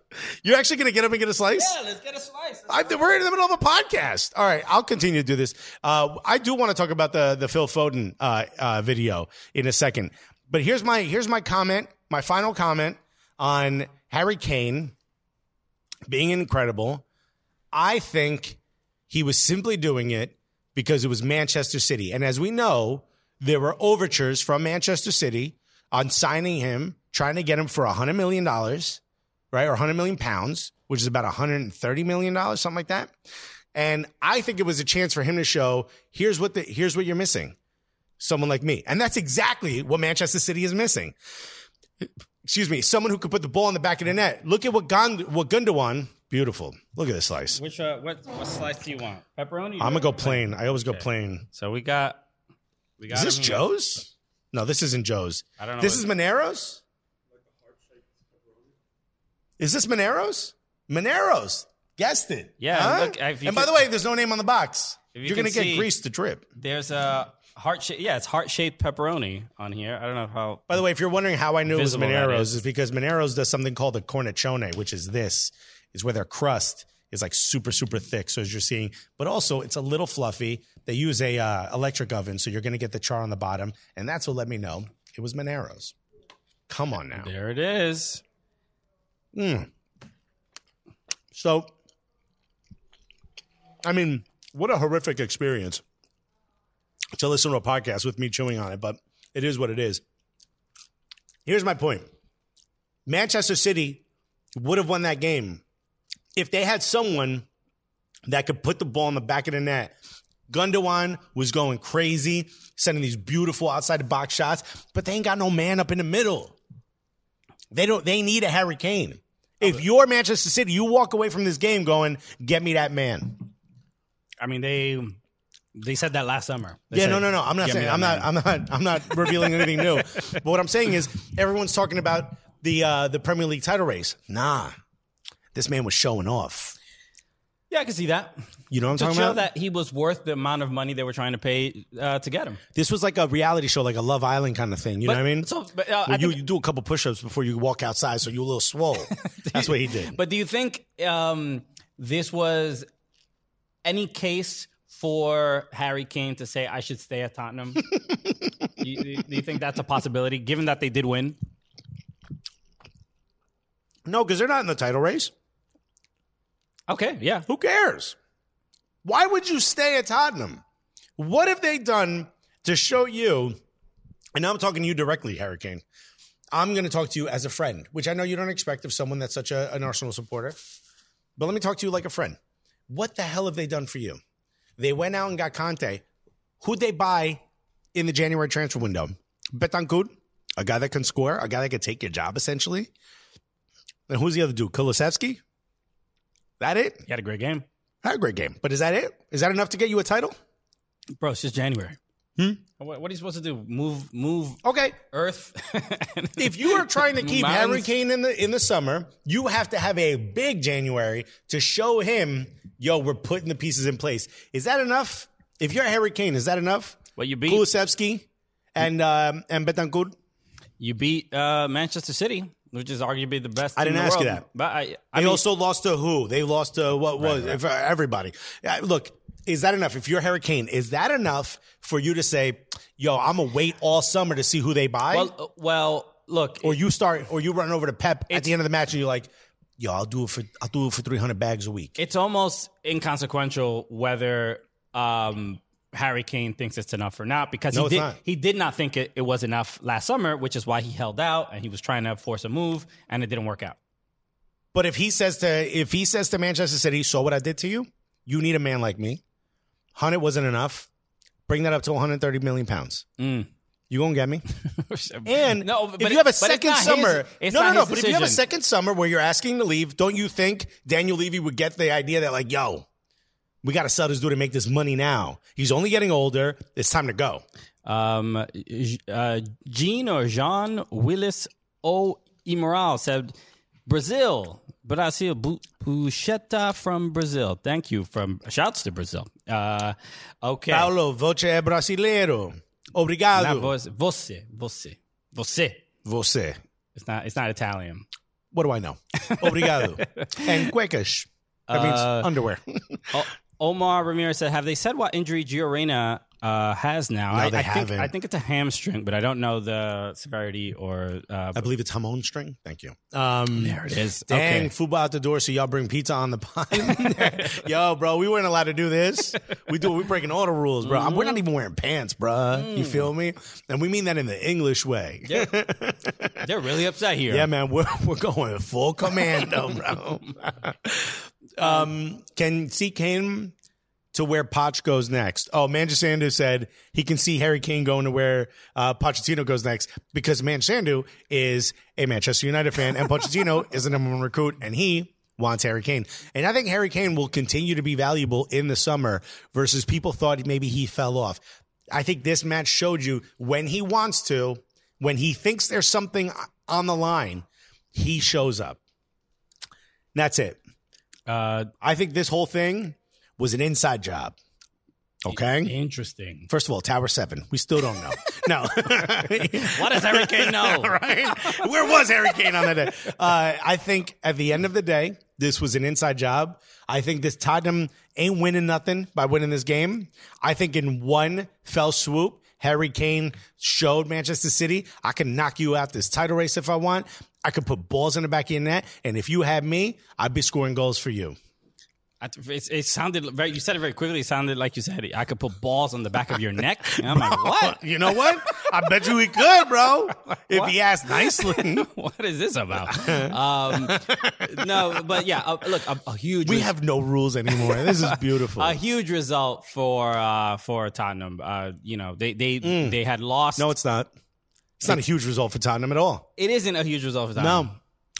You're actually going to get up and get a slice? yeah. Let's get a slice. I, we're in the middle of a podcast. All right, I'll continue to do this. Uh, I do want to talk about the the Phil Foden uh, uh, video in a second, but here's my here's my comment, my final comment on Harry Kane being incredible. I think he was simply doing it because it was Manchester City, and as we know, there were overtures from Manchester City on signing him, trying to get him for hundred million dollars right? Or 100 million pounds, which is about 130 million dollars, something like that. And I think it was a chance for him to show here's what the here's what you're missing. Someone like me. And that's exactly what Manchester City is missing. Excuse me, someone who could put the ball in the back of the net. Look at what Gond- what Gundogan, beautiful. Look at this slice. Which uh, what what slice do you want? Pepperoni. I'm gonna go plain. I always go plain. So we got. We got. Is this him here. Joe's? No, this isn't Joe's. I don't know This what- is Monero's. Is this Monero's? Monero's. Guessed it. Yeah, Huh? look, if you and by could- the way, there's no name on the box. If You're you gonna can get see- grease to drip. There's a heart shape. Yeah, it's heart shaped pepperoni on here. I don't know how. By the way, if you're wondering how I knew it was Visible that Monero's, is. is because Monero's does something called a cornicione, which is this, is where their crust is like super super thick. So as you're seeing, but also it's a little fluffy. They use a uh, electric oven, so you're gonna get the char on the bottom, and that's what let me know it was Monero's. Come on now. There it is. So, I mean, what a horrific experience to listen to a podcast with me chewing on it, but it is what it is. Here's my point Manchester City would have won that game if they had someone that could put the ball in the back of the net. Gundogan was going crazy, sending these beautiful outside the box shots, but they ain't got no man up in the middle. They don't. They need a Harry Kane. If you're Manchester City, you walk away from this game going, "Get me that man." I mean, they they said that last summer. They yeah, said, no, no, no. I'm not "Get me saying that I'm man." not, I'm not I'm not revealing anything new. But what I'm saying is everyone's talking about the uh, the Premier League title race. Nah, this man was showing off. Yeah, I can see that. You know what I'm To talking show about? that he was worth the amount of money they were trying to pay uh, to get him. This was like a reality show, like a Love Island kind of thing. You know what I mean? So, but, uh, Where I you, think- you do a couple push-ups before you walk outside, so you're a little swole. That's what he did. But do you think um, this was any case for Harry Kane to say I should stay at Tottenham? do, you, do you- do you think that's a possibility, given that they did win? no, because they're not in the title race. Okay, yeah. Who cares? Why would you stay at Tottenham? What have they done to show you? And I'm talking to you directly, Hurricane. I'm going to talk to you as a friend, which I know you don't expect of someone that's such a, an Arsenal supporter. But let me talk to you like a friend. What the hell have they done for you? They went out and got Conte. Who'd they buy in the January transfer window? Betancourt, a guy that can score, a guy that could take your job, essentially. And who's the other dude? Kulisevsky? That it? You had a great game, Had a great game, but is that it? Is that enough to get you a title? bro. It's just January. Hmm? What, what are you supposed to do? Move, move Okay. Earth. If you are trying to keep Harry Mountains. Kane in the in the summer, you have to have a big January to show him, yo, we're putting the pieces in place. Is that enough? If you're Harry Kane, is that enough? Well, you beat Kulusevski and um, and Betancourt. you beat uh, Manchester City, which is arguably the best. I in didn't the ask you world. that. but I, They I mean, also lost to who? They lost to what was if, uh, everybody. Uh, Look, is that enough? If you're Harry Kane, is that enough for you to say, yo, I'm gonna wait all summer to see who they buy? well, uh, well, look, or you start or you run over to Pep at It's- the end of the match and you're like, "Yo, I'll do it for I'll do it for 300 bags a week." it's almost inconsequential whether um, Harry Kane thinks it's enough or not because No, he it's did not. he did not think it, it was enough last summer, which is why he held out and he was trying to force a move and it didn't work out. But if he says to if he says to Manchester City, "Saw what I did to you? You need a man like me." 100 wasn't enough. Bring that up to 130 million pounds. You gonna get me? And Mm. no, if you have a it- but it's second not his- summer, it's no, no, not no. his But if you have a decision. second summer where you're asking to leave, don't you think Daniel Levy would get the idea that like, yo, we got to sell this dude and make this money now? He's only getting older. It's time to go. Um, J- uh, Jean or Jean Willis O. Imoral said, Brazil. Brasil, Bu- Buchetta from Brazil. Thank you. From shouts to Brazil. Uh, okay. Paulo, voce é brasileiro. Obrigado. Not voice- Você, você, você. Você. It's not. It's not Italian. What do I know? Obrigado. and cuecas. That means underwear. O- Omar Ramirez said, "Have they said what injury Giorena uh, has now? No, I, they I think, haven't. I think it's a hamstring, but I don't know the severity or uh, I believe it's hamon string. Thank you. Um, there it is. Dang, Okay. fuba out the door, so y'all bring pizza on the pie. Yo, bro, we weren't allowed to do this. We do. We're breaking all the rules, bro. We're not even wearing pants, bro. You feel me? And we mean that in the English way. they're really upset here. Yeah, man, we're we're going full commando, bro. um, can see Kane to where Poch goes next? Oh, Manchester Sandu said he can see Harry Kane going to where uh, Pochettino goes next because Manchester is a Manchester United fan and Pochettino is the number one recruit, and he. Wants Harry Kane. And I think Harry Kane will continue to be valuable in the summer versus people thought maybe he fell off. I think this match showed you when he wants to, when he thinks there's something on the line, he shows up. And that's it. Uh, I think this whole thing was an inside job. Okay. interesting. First of all, Tower Seven. We still don't know. No. What does Harry Kane know? right? Where was Harry Kane on that day? Uh, I think at the end of the day, this was an inside job. I think this Tottenham ain't winning nothing by winning this game. I think in one fell swoop, Harry Kane showed Manchester City, I can knock you out this title race if I want. I could put balls in the back of your net. And if you had me, I'd be scoring goals for you. I- It, it sounded very. You said it very quickly. It sounded like you said it. I could put balls on the back of your neck. And I'm like, what? You know what? I bet you he could, bro. If he asked nicely. What is this about? Um, no, but yeah. Uh, look, a, a huge. We res- have no rules anymore. This is beautiful. a huge result for uh, for Tottenham. Uh, you know, they they Mm. they had lost. No, it's not. It's not a huge result for Tottenham at all. it isn't a huge result for Tottenham.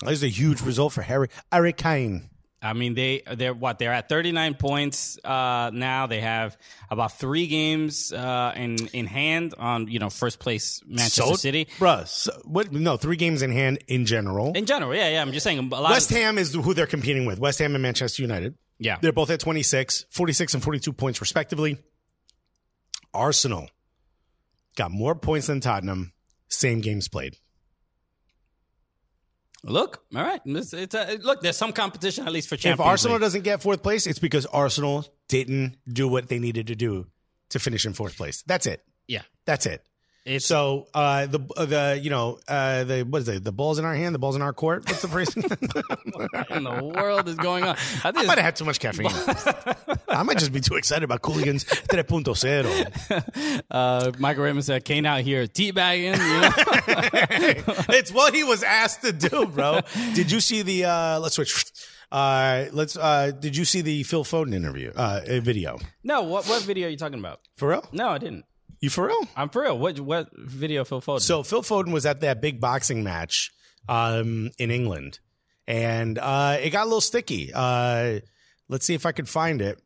No. This is a huge result for Harry Harry Kane. I mean, they they're what they're at 39 points uh, now. They have about three games uh, in in hand on you know first place Manchester So- City. bruh. so- what? No, three games in hand in general. In general, yeah, yeah. I'm just saying a lot. West of, Ham is who they're competing with. West Ham and Manchester United. yeah, They're both at 26, 46, and 42 points, respectively. Arsenal got more points than Tottenham, same games played. Look, all right. It's, it's a, look, there's some competition at least for Champions if Arsenal League. doesn't get fourth place, it's because Arsenal didn't do what they needed to do to finish in fourth place. That's it. yeah, That's it. it's So uh, the uh, the you know uh, the what is it? The ball's in our hand. The ball's in our court. What's the phrase? what in the world is going I on. I think might it's- have had too much caffeine. I might just be too excited about Cooligans oh. 3.0. uh, Michael Raymond said Kane out here teabagging. You know? it's what he was asked to do, bro. Did you see the? Uh, let's switch. Uh, let's. Uh, did you see the Phil Foden interview uh, uh, video? no, what what video are you talking about? For real? No, I didn't. You for real? I'm for real. What what video Phil Foden? So Phil Foden was at that big boxing match um, in England, and uh, it got a little sticky. Uh, let's see if I could find it.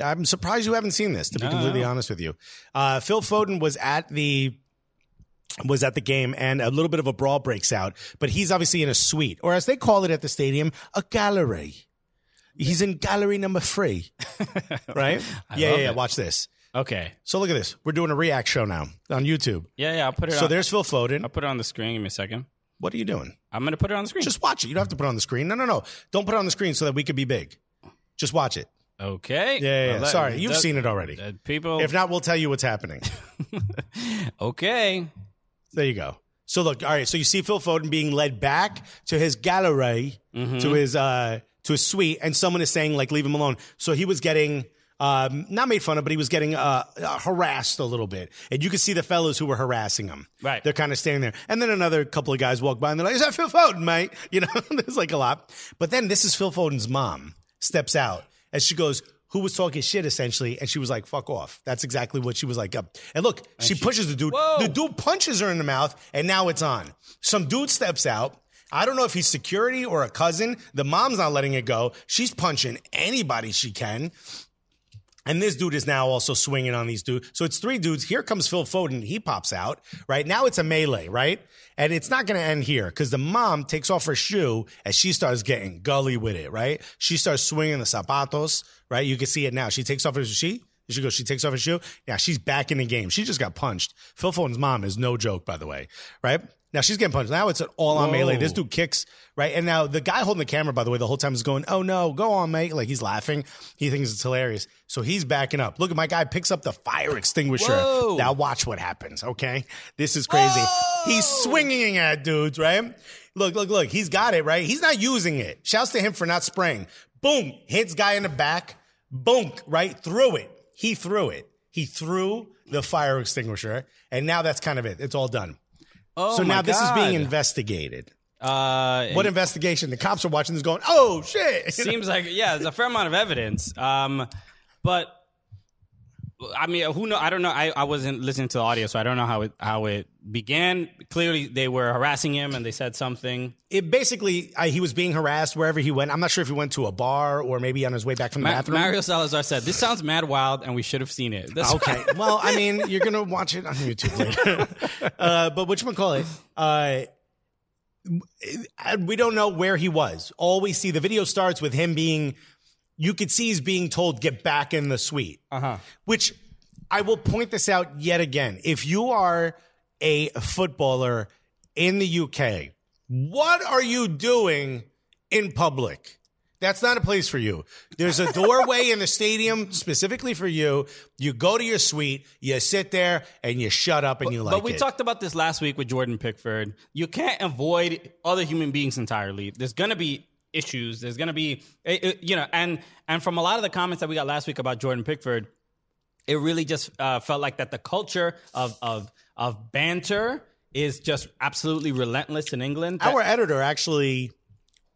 I'm surprised you haven't seen this. To be No, completely no. honest with you, uh, Phil Foden was at the was at the game, and a little bit of a brawl breaks out. But he's obviously in a suite, or as they call it at the stadium, a gallery. He's in gallery number three, right? yeah, I yeah, love yeah. it. Watch this. okay, So look at this. We're doing a react show now on YouTube. yeah, yeah. I'll put it. So on, there's Phil Foden. I'll put it on the screen. Give me a second. What are you doing? I'm gonna put it on the screen. Just watch it. You don't have to put it on the screen. No, no, no. Don't put it on the screen so that we could be big. Just watch it. okay. Yeah, yeah, yeah. Uh, let- Sorry, you've that- seen it already. that people. If not, we'll tell you what's happening. okay. There you go. So look, all right. So you see Phil Foden being led back to his gallery, to his uh, to his suite, and someone is saying like, "Leave him alone." So he was getting um, not made fun of, but he was getting uh, uh, harassed a little bit, and you could see the fellows who were harassing him. Right. they're kind of standing there, and then another couple of guys walk by, and they're like, "Is that Phil Foden, mate?" You know, there's like a lot. But then this is Phil Foden's mom steps out, and she goes. Who was talking shit essentially, and she was like, "Fuck off." That's exactly what she was like. Up and look, she, pushes the dude. Whoa. The dude punches her in the mouth, and now it's on. Some dude steps out. I don't know if he's security or a cousin. The mom's not letting it go. She's punching anybody she can. And this dude is now also swinging on these dudes. So it's three dudes. Here comes Phil Foden. He pops out, right? Now it's a melee, right? And it's not going to end here because the mom takes off her shoe and she starts getting gully with it, right? She starts swinging the zapatos, right? You can see it now. She takes off her she. She goes, she takes off her shoe. Now she's back in the game. She just got punched. Phil Foden's mom is no joke, by the way, right? Now she's getting punched. Now it's an all on Whoa. melee. This dude dude kicks right and now the guy holding the camera by the way the whole time is going oh no go on mate like he's laughing he thinks it's hilarious so he's backing up look at my guy picks up the fire extinguisher Whoa. now watch what happens okay this is crazy he's swinging at dudes right look look look he's got it right he's not using it shouts to him for not spraying boom hits guy in the back boonk right threw it he threw it he threw the fire extinguisher and now that's kind of it it's all done Oh, so my now this is being God. investigated Uh, what investigation? The cops are watching this going, oh shit. seems like yeah, there's a fair amount of evidence. Um, but I mean, who know? I don't know. I, I wasn't listening to the audio, so I don't know how it how it began. Clearly, they were harassing him, and they said something. It basically, uh, he was being harassed wherever he went. I'm not sure if he went to a bar or maybe on his way back from the Ma- bathroom. Mario Salazar said, "This sounds mad wild, and we should have seen it." That's okay. Well, I mean, you're gonna watch it on YouTube later. uh, but which call it? Uh, I- we don't know where he was. All we see the video starts with him being. You could see he's being told get back in the suite. Uh Uh-huh. huh. Which I will point this out yet again. If you are a footballer in the UK, what are you doing in public? That's not a place for you. There's a doorway in the stadium specifically for you. You go to your suite, you sit there, and you shut up and you like but we it. talked about this last week with Jordan Pickford. You can't avoid other human beings entirely. There's going to be issues. There's going to be it- it- you know, and and from a lot of the comments that we got last week about Jordan Pickford, it really just uh, felt like that the culture of of of banter is just absolutely relentless in England. That- Our editor actually,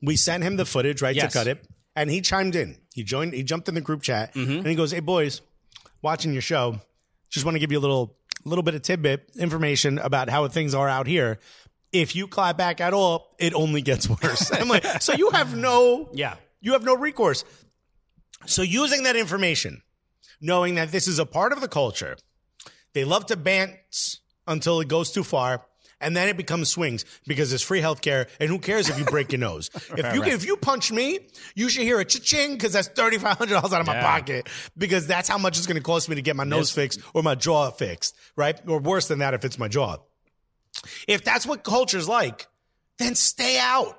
we sent him the footage right Yes. to cut it, and he chimed in. He joined. He jumped in the group chat, Mm-hmm. and he goes, "Hey boys, watching your show, just want to give you a little little bit of tidbit information about how things are out here. if you clap back at all, it only gets worse. I'm like, so you have no, Yeah. you have no recourse. So using that information, knowing that this is a part of the culture, they love to bant until it goes too far. And then it becomes swings because it's free healthcare, and who cares if you break your nose? if you if you punch me, you should hear a cha-ching because that's thirty five hundred dollars out of my Yeah. pocket because that's how much it's going to cost me to get my nose fixed or my jaw fixed, right? Or worse than that, if it's my jaw. If that's what culture's like, then stay out.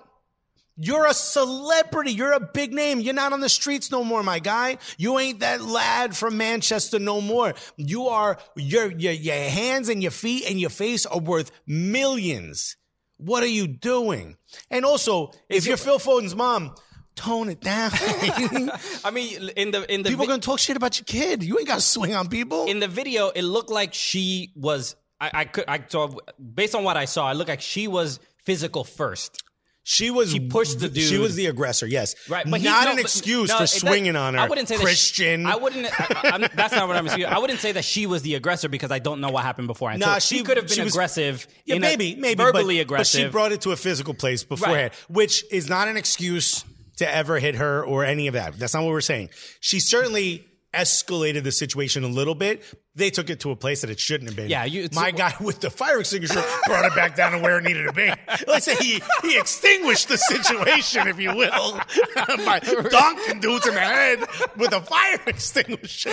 You're a celebrity. You're a big name. You're not on the streets no more, my guy. You ain't that lad from Manchester no more. You are your your your hands and your feet and your face are worth millions. What are you doing? And also, if you're Phil Foden's mom, tone it down. I mean, in the in the people vi- are gonna talk shit about your kid. You ain't gotta swing on people. in the video, it looked like she was. I, I could. I saw based on what I saw. It looked like she was physical first. She was She pushed the She dude. was the aggressor. Yes, Right, but But he- not no, an but- excuse no, for it does- swinging on her. I wouldn't say Christian. That she, I wouldn't. I, I- I'm, that's not what I'm saying. I wouldn't say that she was the aggressor because I don't know what happened before. And Nah, so she, she- could have she been was- aggressive. Yeah, in a- maybe, maybe but- verbally aggressive. But she brought it to a physical place beforehand, which is not an excuse to ever hit her or any of that. That's not what we're saying. She certainly escalated the situation a little bit. They took it to a place that it shouldn't have been. Yeah, you- it's- my guy with the fire extinguisher brought it back down to where it needed to be. Let's say he he extinguished the situation, if you will, by donking dudes in the head with a fire extinguisher.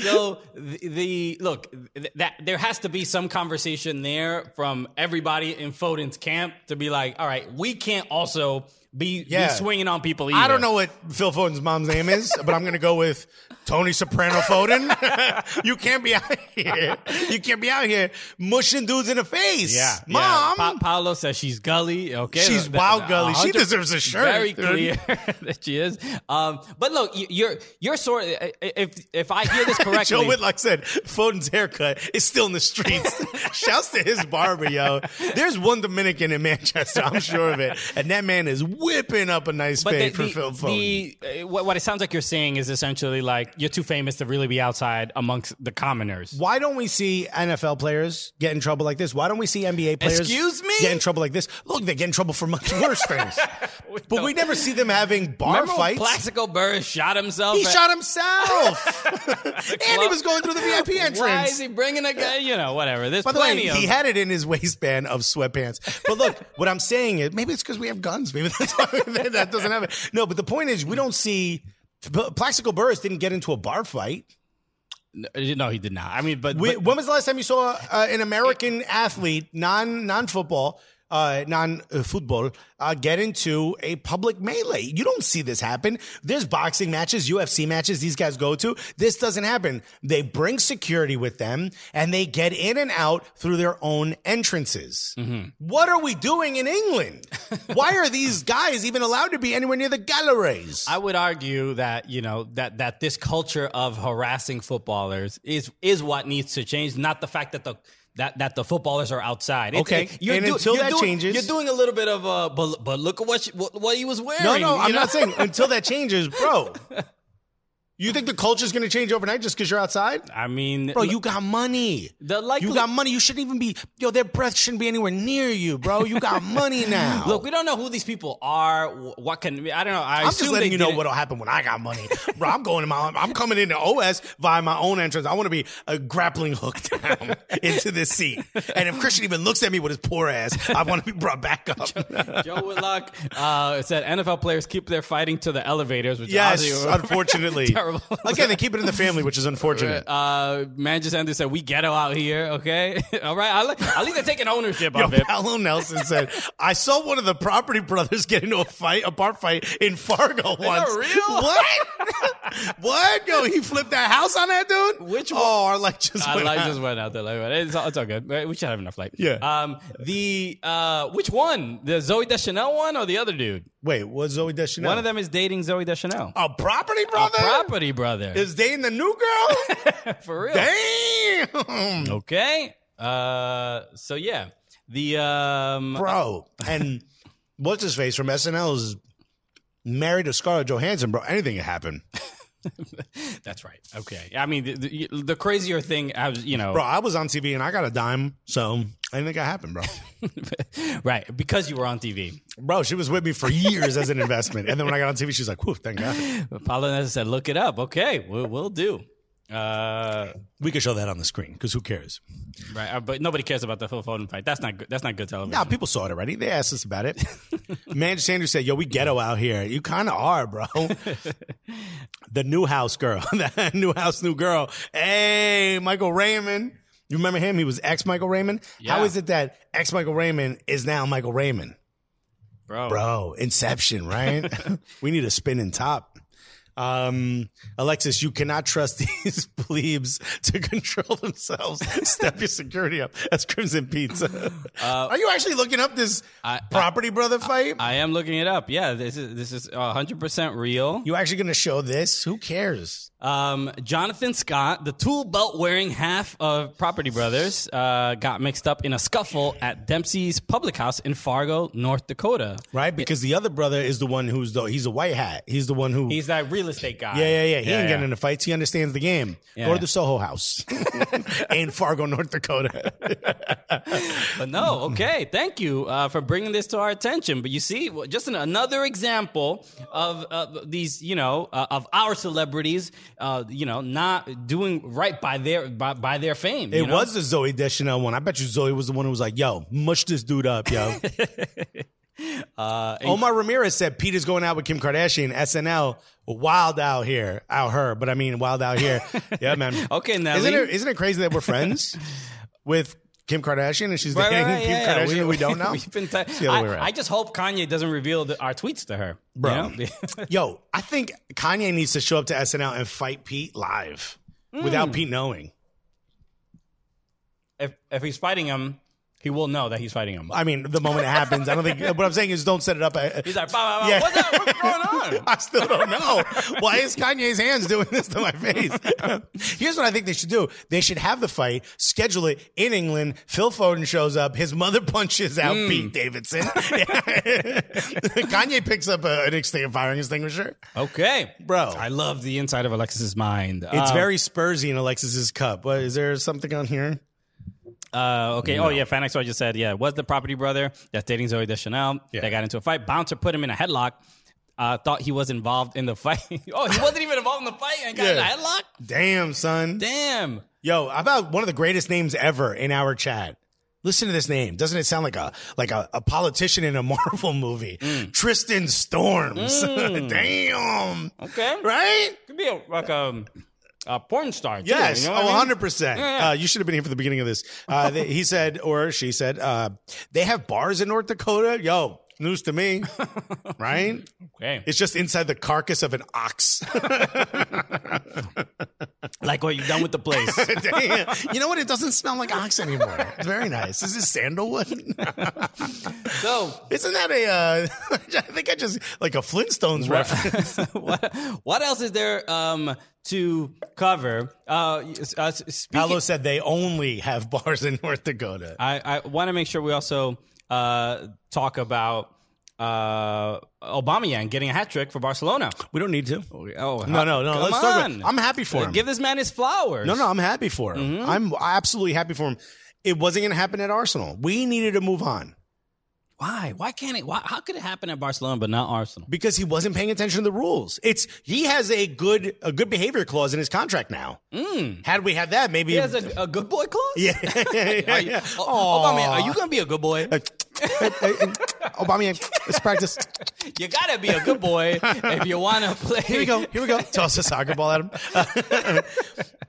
so the, the look th- that there has to be some conversation there from everybody in Foden's camp to be like, all right, we can't also be, Yeah. be swinging on people. Either. I don't know what Phil Foden's mom's name is, but I'm going to go with Tony Soprano Foden. you can't be out here. You can't be out here mushing dudes in the face. Yeah, mom. Yeah. Pa- Paolo says she's gully. Okay, She's wild gully. She 100 deserves a shirt, Very dude. clear that she is. Um, but look, y- you're you're sort. uh, If if I hear this correctly, Joe Whitlock said Foden's haircut is still in the streets. Shouts to his barber, yo. There's one Dominican in Manchester, I'm sure of it, and that man is whipping up a nice fade for Phil Foden. the- uh, what, what it sounds like you're saying is essentially like you're too famous to really be outside amongst the commoners. Why don't we see NFL players get in trouble like this? Why don't we see NBA players Excuse me? get in trouble like this? Look, they get in trouble for much worse things. but we never see them having bar Remember when fights. Plaxico Burris shot himself? he at- shot himself, and he was going through the VIP entrance. Why is he bringing a guy? You know, whatever. There's By the plenty way, of. he had it in his waistband of sweatpants. But look, what I'm saying is maybe it's because we have guns. Maybe that's why that doesn't happen. No, but the point is we don't see. Plaxico Burris didn't get into a bar fight. Uh, no, he did not. I mean, but, We, but- when was the last time you saw uh, an American athlete, non non football, uh, non uh, football, uh, get into a public melee? You don't see this happen. There's boxing matches, UFC matches. These guys go to. This doesn't happen. They bring security with them, and they get in and out through their own entrances. Mm-hmm. What are we doing in England? Why are these guys even allowed to be anywhere near the galleries? I would argue that you know that that this culture of harassing footballers is is what needs to change, not the fact that the that that the footballers are outside. It's- Okay. it- And until that doing, changes- you're doing a little bit of uh, but but look at what she, what, what he was wearing. No, no, you I'm know? not saying until that changes, bro. You think the culture's going to change overnight just because you're outside? I mean, Bro, you got money. The likely- you got money. You shouldn't even be, yo, their breath shouldn't be anywhere near you, bro. You got money now. look. We don't know who these people are. wh- What can I don't know. I I'm assume just letting they you know didn't- what'll happen when I got money. Bro, I'm going to my, I'm coming into OS via my own entrance. I want to be a grappling hook down into this seat. And if Christian even looks at me with his poor ass, I want to be brought back up. Joe Whitlock uh, said NFL players keep their fighting to the elevators, which Yes, Uh, obviously- unfortunately. Terrible. Again, they keep it in the family, which is unfortunate. Uh, Man just ended said, "We ghetto out here, okay? All right, I li- at least they're taking ownership Yo, of it." Paolo Nelson said, I saw one of the property brothers get into a fight, a bar fight in Fargo once. real? What? what? Yo, he flipped that house on that dude? Which one? one? Oh, our light just I went like out. just went out there. Like, it's, all, it's all good. We should have enough light. Yeah. Um. The uh, which one? The Zoe Deschanel one or the other dude? Wait, what Zoe Deschanel? One of them is dating Zoe Deschanel. A property A brother? property brother. Oh, Is dating the new girl? for real. Damn. Okay. Uh. So yeah. The um. Bro. And what's his face from SNL is married to Scarlett Johansson, bro. Anything can happen. That's right. Okay. I mean, the, the, the crazier thing, I was, you know, Bro, I was on TV and I got a dime, so I didn't think that happened, bro. right, because you were on TV. bro, she was with me for years as an investment. And then when I got on TV, she's like, whew, thank God. Paula said, look it up. Okay, we'll, we'll do. Uh, We could show that on the screen because who cares? right, uh, but nobody cares about the Phil Foden fight. That's not good. That's not good television. Nah, people saw it already. They asked us about it. Man Sanders said, Yo, we ghetto out here. You kind of are, bro. the new house girl, that new house, new girl. Hey, Michael Raymond. You remember him? He was ex Michael Raymond. How Yeah. is it that ex Michael Raymond is now Michael Raymond? bro. Bro, Inception, right? we need a spinning top. Um, Alexis, you cannot trust these plebes to control themselves. Step your security up. That's Crimson Pizza. Are you actually looking up this Uh, I- property brother fight? I am looking it up. Yeah, this is this is hundred percent real. you actually going to show this? Who cares? Um, Jonathan Scott, the tool belt wearing half of Property Brothers, uh, got mixed up in a scuffle at Dempsey's Public House in Fargo, North Dakota. Right? Because the other brother is the one who's the he's a white hat. He's the one who He's that real estate guy. yeah, yeah, yeah. He ain't getting into fights. He understands the game. Yeah. Go to the Soho House in Fargo, North Dakota. But no, okay. Thank you uh, for bringing this to our attention. But you see, w- just an, another example of uh, these, you know, uh, of our celebrities, uh, you know, not doing right by their by, by their fame. you It know? was the Zoe Deschanel one. I bet you Zoe was the one who was like, yo, mush this dude up, yo. Uh, Omar Ramirez said Peter's going out with Kim Kardashian, SNL. Wild out here. Out her, but I mean wild out here. yeah, man. Okay, Nelly. Isn't it, isn't it crazy that we're friends with Kim Kardashian and she's Right, dating right, right, Kim yeah, yeah. Kardashian that we don't know? We've been ta- It's the other way I- around. I just hope Kanye doesn't reveal the, our tweets to her, you Bro. know? Yo, I think Kanye needs to show up to SNL and fight Pete live Hmm. without Pete knowing. if if he's fighting him, he will know that he's fighting him. I mean, the moment it happens, I don't think. What I'm saying is, don't set it up. uh, I- He's like, bah, bah, bah, Yeah. what's, up? what's going on? I still don't know. Why is Kanye's hands doing this to my face? Here's what I think they should do. They should have the fight, schedule it in England. Phil Foden shows up. His mother punches out Pete Davidson. Kanye picks up a, an extingu- firing extinguisher. Okay, Bro. I love the inside of Alexis's mind. It's Um, very Spursy in Alexis's cup. What, is there something on here? Uh, okay. Oh yeah, Fanex. I just said yeah. Was the property brother that's dating Zoe Deschanel? Yeah. They got into a fight. Bouncer put him in a headlock. Uh, thought he was involved in the fight. oh, he wasn't even involved in the fight and got in a Yeah. headlock. Damn, son. Damn. Yo, how about one of the greatest names ever in our chat? Listen to this name. Doesn't it sound like a like a, a politician in a Marvel movie? Mm. Tristan Storms. Damn. Okay. Right? Could be a, like a, a porn star. too, Yes, you oh, know what I mean? 100%. Yeah. Uh, you should have been here for the beginning of this. Uh, they, he said, or she said, uh, they have bars in North Dakota. Yo, news to me, right? Okay. It's just inside the carcass of an ox. like what you've done with the place. Damn. You know what? It doesn't smell like ox anymore. It's very nice. This is sandalwood. so Isn't that a? Uh, I think I just like a Flintstones reference. what, what else is there um, to cover? Uh, uh, speaking, Paolo said they only have bars in North Dakota. I, I want to make sure we also uh, talk about uh, Aubameyang getting a hat trick for Barcelona. We don't need to. Oh No, no, no. Come Let's on. Uh, talk about- I'm happy for him. Give this Mm-hmm. man his flowers. No, no, I'm happy for him. I'm absolutely happy for him. It wasn't going to happen at Arsenal. We needed to move on Why? Why can't it? Why, how could it happen at Barcelona but not Arsenal? because he wasn't paying attention to the rules. It's he has a good a good behavior clause in his contract now. Had we had that, maybe Mm. He has a, a good boy clause. yeah, yeah, yeah, Are you, yeah. oh, Aw. Aubameyang, are you gonna be a good boy? Aubameyang, let's practice. You gotta be a good boy if you wanna play. Here we go. Here we go. Toss a soccer ball at him.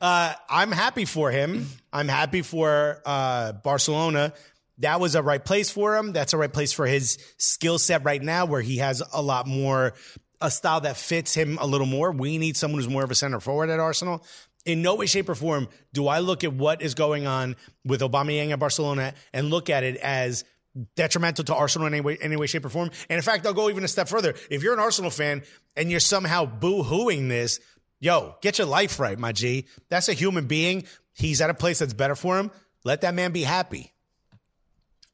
uh, I'm happy for him. I'm happy for uh, Barcelona. That was a right place for him. That's a right place for his skill set right now, where he has a lot more a style that fits him a little more. We need someone who's more of a center forward at Arsenal. In no way, shape, or form do I look at what is going on with Aubameyang at Barcelona and look at it as detrimental to Arsenal in any way, any way, shape, or form. And in fact, I'll go even a step further. If you're an Arsenal fan and you're somehow boo-hooing this, yo, get your life right, my G. That's a human being. He's at a place that's better for him. Let that man be happy,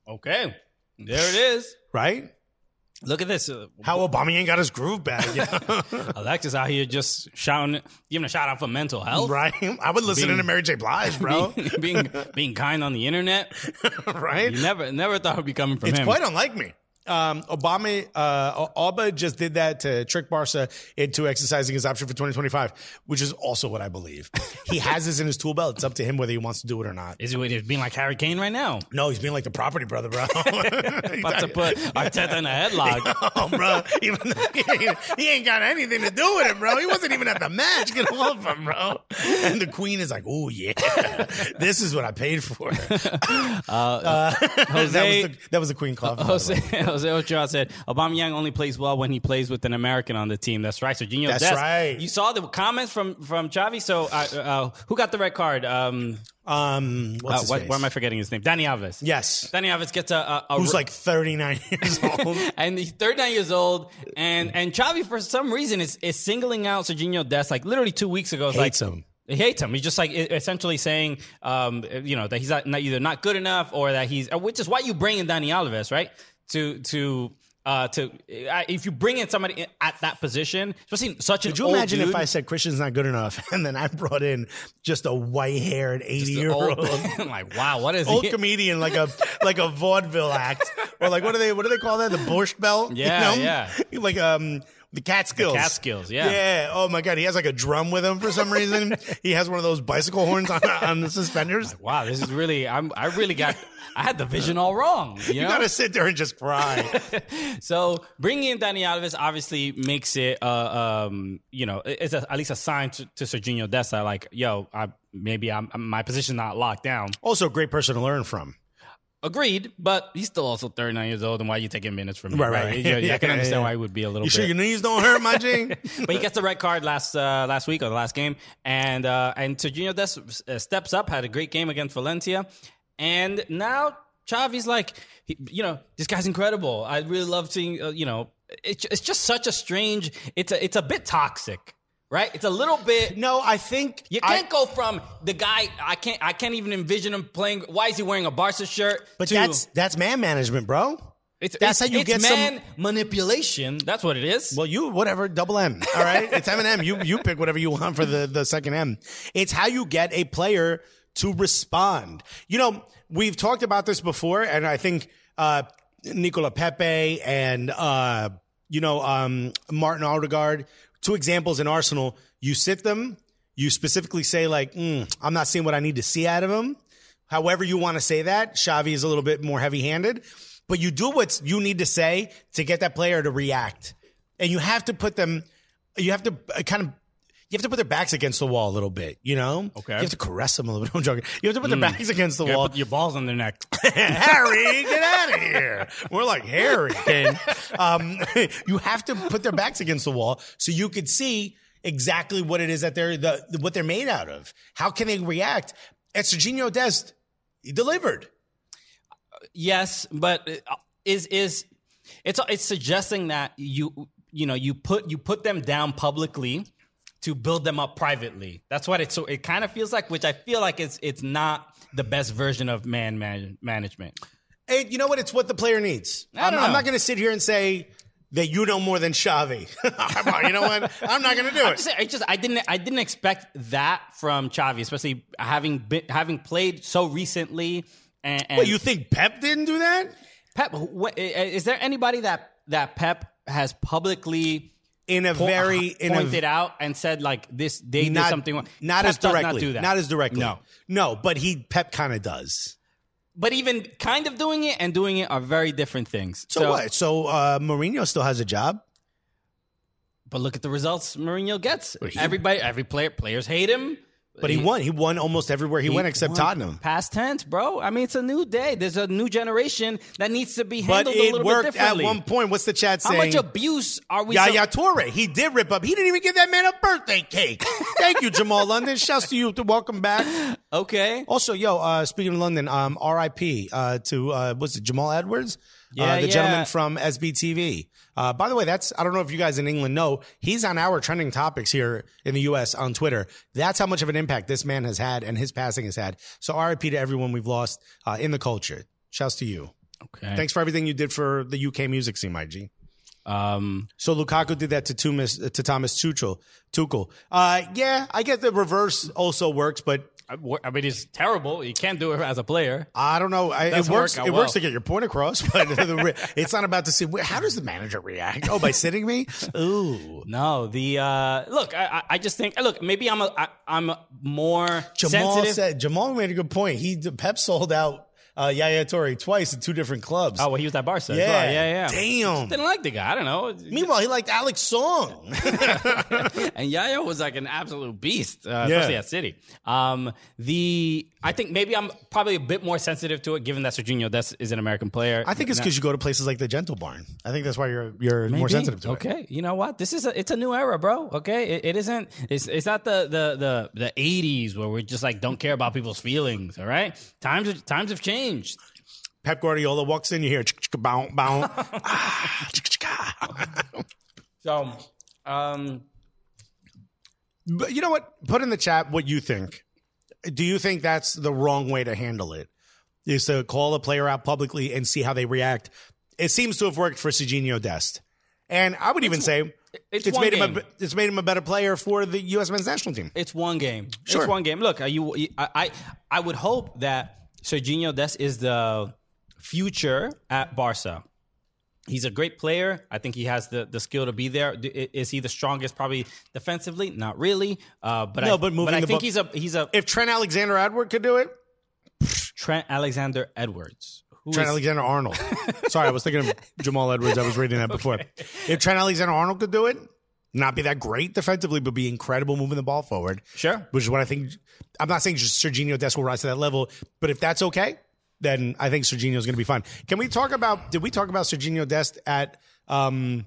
Okay, there it is. right? Look at this. Uh, How Obama ain't got his groove back. you know? Alexis out here just shouting, giving a shout out for mental health, right? I would listen Being- to Mary J. Blige, bro. being being kind on the internet. right? You never never thought it would be coming from It's him. quite unlike me. Um, Obama, uh, Alba just did that to trick Barca into exercising his option for 2025, which is also what I believe. he has this in his tool belt. It's up to him whether he wants to do it or not. Is it being like Harry Kane right now? No, he's being like the property brother, bro. About to put Arteta in a headlock. oh, bro. Even though he ain't got anything to do with it, bro. He wasn't even at the match. Get off him, bro. And the queen is like, oh, yeah. This is what I paid for. Uh, Jose- that, was the, that was the queen cough. Jose, Jose Ochoa said, Aubameyang only plays well when he plays with an American on the team. That's right. So, Gino, That's right. You saw the comments from from Chavi. So, uh, uh, who got the red card? Um, Um, what's uh, his what, face? why am I forgetting his name? Danny Alves. Yes. Danny Alves gets a, a, a Who's re- like 39 years old. and he's 39 years old, and and Chavi for some reason is is singling out Sergio Des like literally two weeks ago. It's Hates like, him. He hates him. He's just like e- essentially saying, um, you know, that he's not, not either not good enough or that he's, uh, which is why you bring in Danny Alves, right? To to uh to uh, if you bring in somebody at that position, especially such an Could you old imagine dude, if I said Christian's not good enough and then I brought in just a white haired 80 the year old, old? I'm like, wow, what is Old he? comedian, like a like a vaudeville act, or like what do they what do they call that? The Borscht Belt, Yeah, yeah. Like um, the Catskills, Catskills, yeah. yeah. Oh my god, he has like a drum with him for some reason. he has one of those bicycle horns on, on the suspenders. Wow, this is really. I'm. I really got. I had the vision all wrong. You, You know? gotta sit there and just cry. So bringing in Danny Alves obviously makes it, uh, um, you know, it- it's a, at least a sign to, to Serginho Desta, like, yo, I, maybe I'm, I'm- my position's not locked down. also, a great person to learn from. Agreed, but he's still also 39 years old, and why are you taking minutes from him? Right, right. Yeah, yeah, I can Yeah, understand yeah. why he would be a little You bit. sure your knees don't hurt, my G? but he gets the red card last uh, last week or the last game, and uh, and Serginho Dest uh, steps up, had a great game against Valencia, and now Xavi's like, he, you know, this guy's incredible. I really love seeing, uh, you know, it, it's just such a strange. It's a it's a bit toxic, right? It's a little bit. no, I think You I- can't go from the guy. I can't. I can't even envision him playing. Why is he wearing a Barca shirt? But to- that's that's man management, bro. it's, that's how you it's get some- man manipulation. That's what it is. Well, you whatever double M, all right. It's M and M. You you pick whatever you want for the the second M. It's how you get a player to respond. You know, we've talked about this before, and I think uh, Nicola Pepe and uh, you know um, Martin Aldegaard, two examples in Arsenal. You sit them. You specifically say like, mm, I'm not seeing what I need to see out of them. However, you want to say that. Xavi is a little bit more heavy handed, but you do what you need to say to get that player to react and you have to put them you have to uh, kind of you have to put their backs against the wall a little bit, you know? Okay. Hmm. You have to caress them a little bit. I'm joking. You have to put their backs against the You gotta wall. put your balls on their neck. Harry, get out of here. We're like, Harry, kid. Um, you have to put their backs against the wall so you could see exactly what it is that they're, the, what they're made out of. How can they react? And Serginho Dest, he delivered. Yes, but uh, is is it's it's suggesting that you you know you put you put them down publicly to build them up privately. That's what it so it kind of feels like, which I feel like it's it's not the best version of man, man management. Hey, you know what? It's what the player needs. I I'm, don't I'm know. not going to sit here and say that you know more than Xavi. I'm- you know what? I'm not going to do I'm it. just saying, I just I didn't I didn't expect that from Chavi, especially having been, having played so recently. And, and But you think Pep didn't do that? Pep, wh- is there anybody that that Pep has publicly In a po- very in a, pointed out and said like this they did something wrong. Not Pep as does directly. Not, do that. as directly. No, no. But he Pep kind of does. but even kind of doing it and doing it are very different things. So, what? So uh, Mourinho still has a job. But look at the results Mourinho gets. But he- Everybody, every player, players hate him. But he, won. He won almost everywhere he, went except won. Tottenham. Past tense, bro. I mean, it's a new day. There's a new generation that needs to be But handled a it little bit worked at differently. one point. What's the chat How saying? much abuse are we? so- Yaya Toure, he did rip up. He didn't even give that man a birthday cake. Thank you, Jamal London. Shouts to you. Welcome back. okay. Also, yo, uh, speaking of London, um, RIP uh, to uh, what's it, Jamal Edwards, Yeah, uh, the yeah. gentleman from SBTV. Uh, by the way, that's I don't know if you guys in England know he's on our trending topics here in the U.S. on Twitter. That's how much of an impact this man has had and his passing has had. So RIP to everyone we've lost uh, in the culture. Shouts to you. Okay. Thanks for everything you did for the UK music scene, my G. Um, So Lukaku did that to Thomas to Thomas Tuchel. Tuchel. Uh, yeah, I guess the reverse also works, but I, I mean, it's terrible. You can't do it as a player. I don't know. I, it Doesn't works. work out it well. works to get your point across, but the re- it's not about to see how does the manager react. Oh, by sitting me. Ooh, No, the uh, look. I, I- I just think. Look, maybe I'm a. I, I'm more Jamal sensitive. said Jamal made a good point. He Pep sold out uh, Yaya Torre twice at two different clubs. oh well, he was at Barca. as yeah, well. yeah, yeah. Damn. Didn't like the guy. I don't know. Meanwhile, he liked Alex Song. and Yaya was like an absolute beast, uh, Yeah. especially at City. Um, the I think maybe I'm probably a bit more sensitive to it, given that Serginho Des is an American player. I think it's because you go to places like the Gentle Barn. I think that's why you're you're more Maybe. sensitive to it. Okay, you know what? This is a, it's a new era, bro. Okay, it, it isn't. It's it's not the the the the eighties where we just like don't care about people's feelings. All right, times times have changed. Pep Guardiola walks in, you hear chicka chicka bow bow. Ah, chicka chicka. So, um, But you know what? Put in the chat what you think. Do you think that's the wrong way to handle it? Is to call a player out publicly and see how they react. It seems to have worked for Serginho Dest, and I would even say it's it's, one made him a, game. b- it's made him a better player for the U.S. men's national team. It's one game. Sure. It's one game. Look, are you, I, I, I would hope that Serginho Des is the future at Barca. He's a great player. I think he has the, the skill to be there. D- i- Is he the strongest? Probably defensively, not really. Uh, but No, I, but moving I the think bu- he's a he's a If Trent Alexander Edward could do it, Trent Alexander Edwards. who Trent is- Alexander Arnold. Sorry, I was thinking of Jamal Edwards. I was reading that before. If Trent Alexander Arnold could do it, not be that great defensively, but be incredible moving the ball forward, sure. which is what I think. I'm not saying just Serginho Des will rise to that level, but if that's okay, then I think Serginho is going to be fine. Can we talk about? Did we talk about Serginho Dest at um,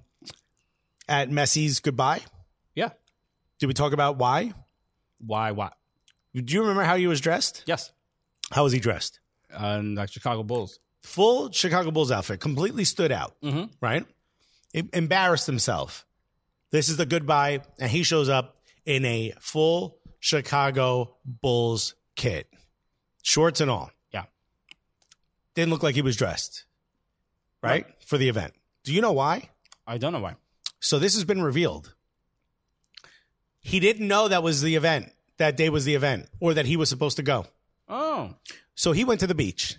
at Messi's goodbye? Yeah. Did we talk about why? Why? Why? Do you remember how he was dressed? Yes. How was he dressed? Um, like Chicago Bulls. full Chicago Bulls outfit, completely stood out, right? Em- embarrassed himself. This is the goodbye, and he shows up in a full Chicago Bulls kit, shorts and all. Yeah. Didn't look like he was dressed, right? For the event. Do you know why? I don't know why. So this has been revealed. He didn't know that was the event, that day was the event, or that he was supposed to go. Oh, So he went to the beach.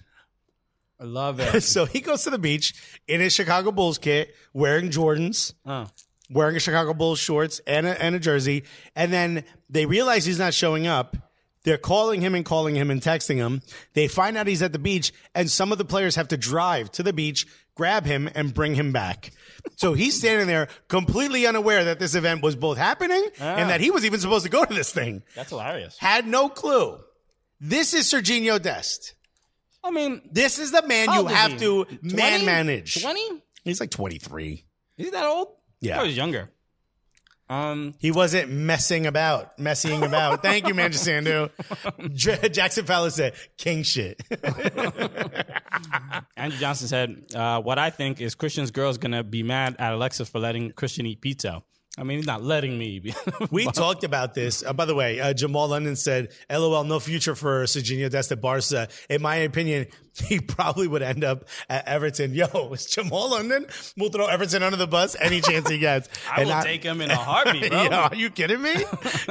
I love it. So he goes to the beach in his Chicago Bulls kit, wearing Jordans, oh. wearing a Chicago Bulls shorts and a, and a jersey. And then they realize he's not showing up. They're calling him and calling him and texting him. They find out he's at the beach, and some of the players have to drive to the beach, grab him, and bring him back. So he's standing there completely unaware that this event was both happening Ah. and that he was even supposed to go to this thing. That's hilarious. Had no clue. This is Serginho Dest. I mean, This is the man How you old is have he? to 20? man manage. 20? He's like 23. Is he that old? Yeah. I was younger. Um, He wasn't messing about, messying about. Thank you, Manja Sandu. J- Jackson Fowler said, king shit. Andrew Johnson said, uh, "What I think is Christian's girl's gonna be mad at Alexis for letting Christian eat pizza. I mean, he's not letting me. be- We talked about this. Uh, by the way, uh, Jamal London said, LOL, no future for Serginho Dest at Barca. In my opinion, he probably would end up at Everton. Yo, it's Jamal London. We'll throw Everton under the bus any chance he gets. I And will take him in a heartbeat, bro. Yo, are you kidding me?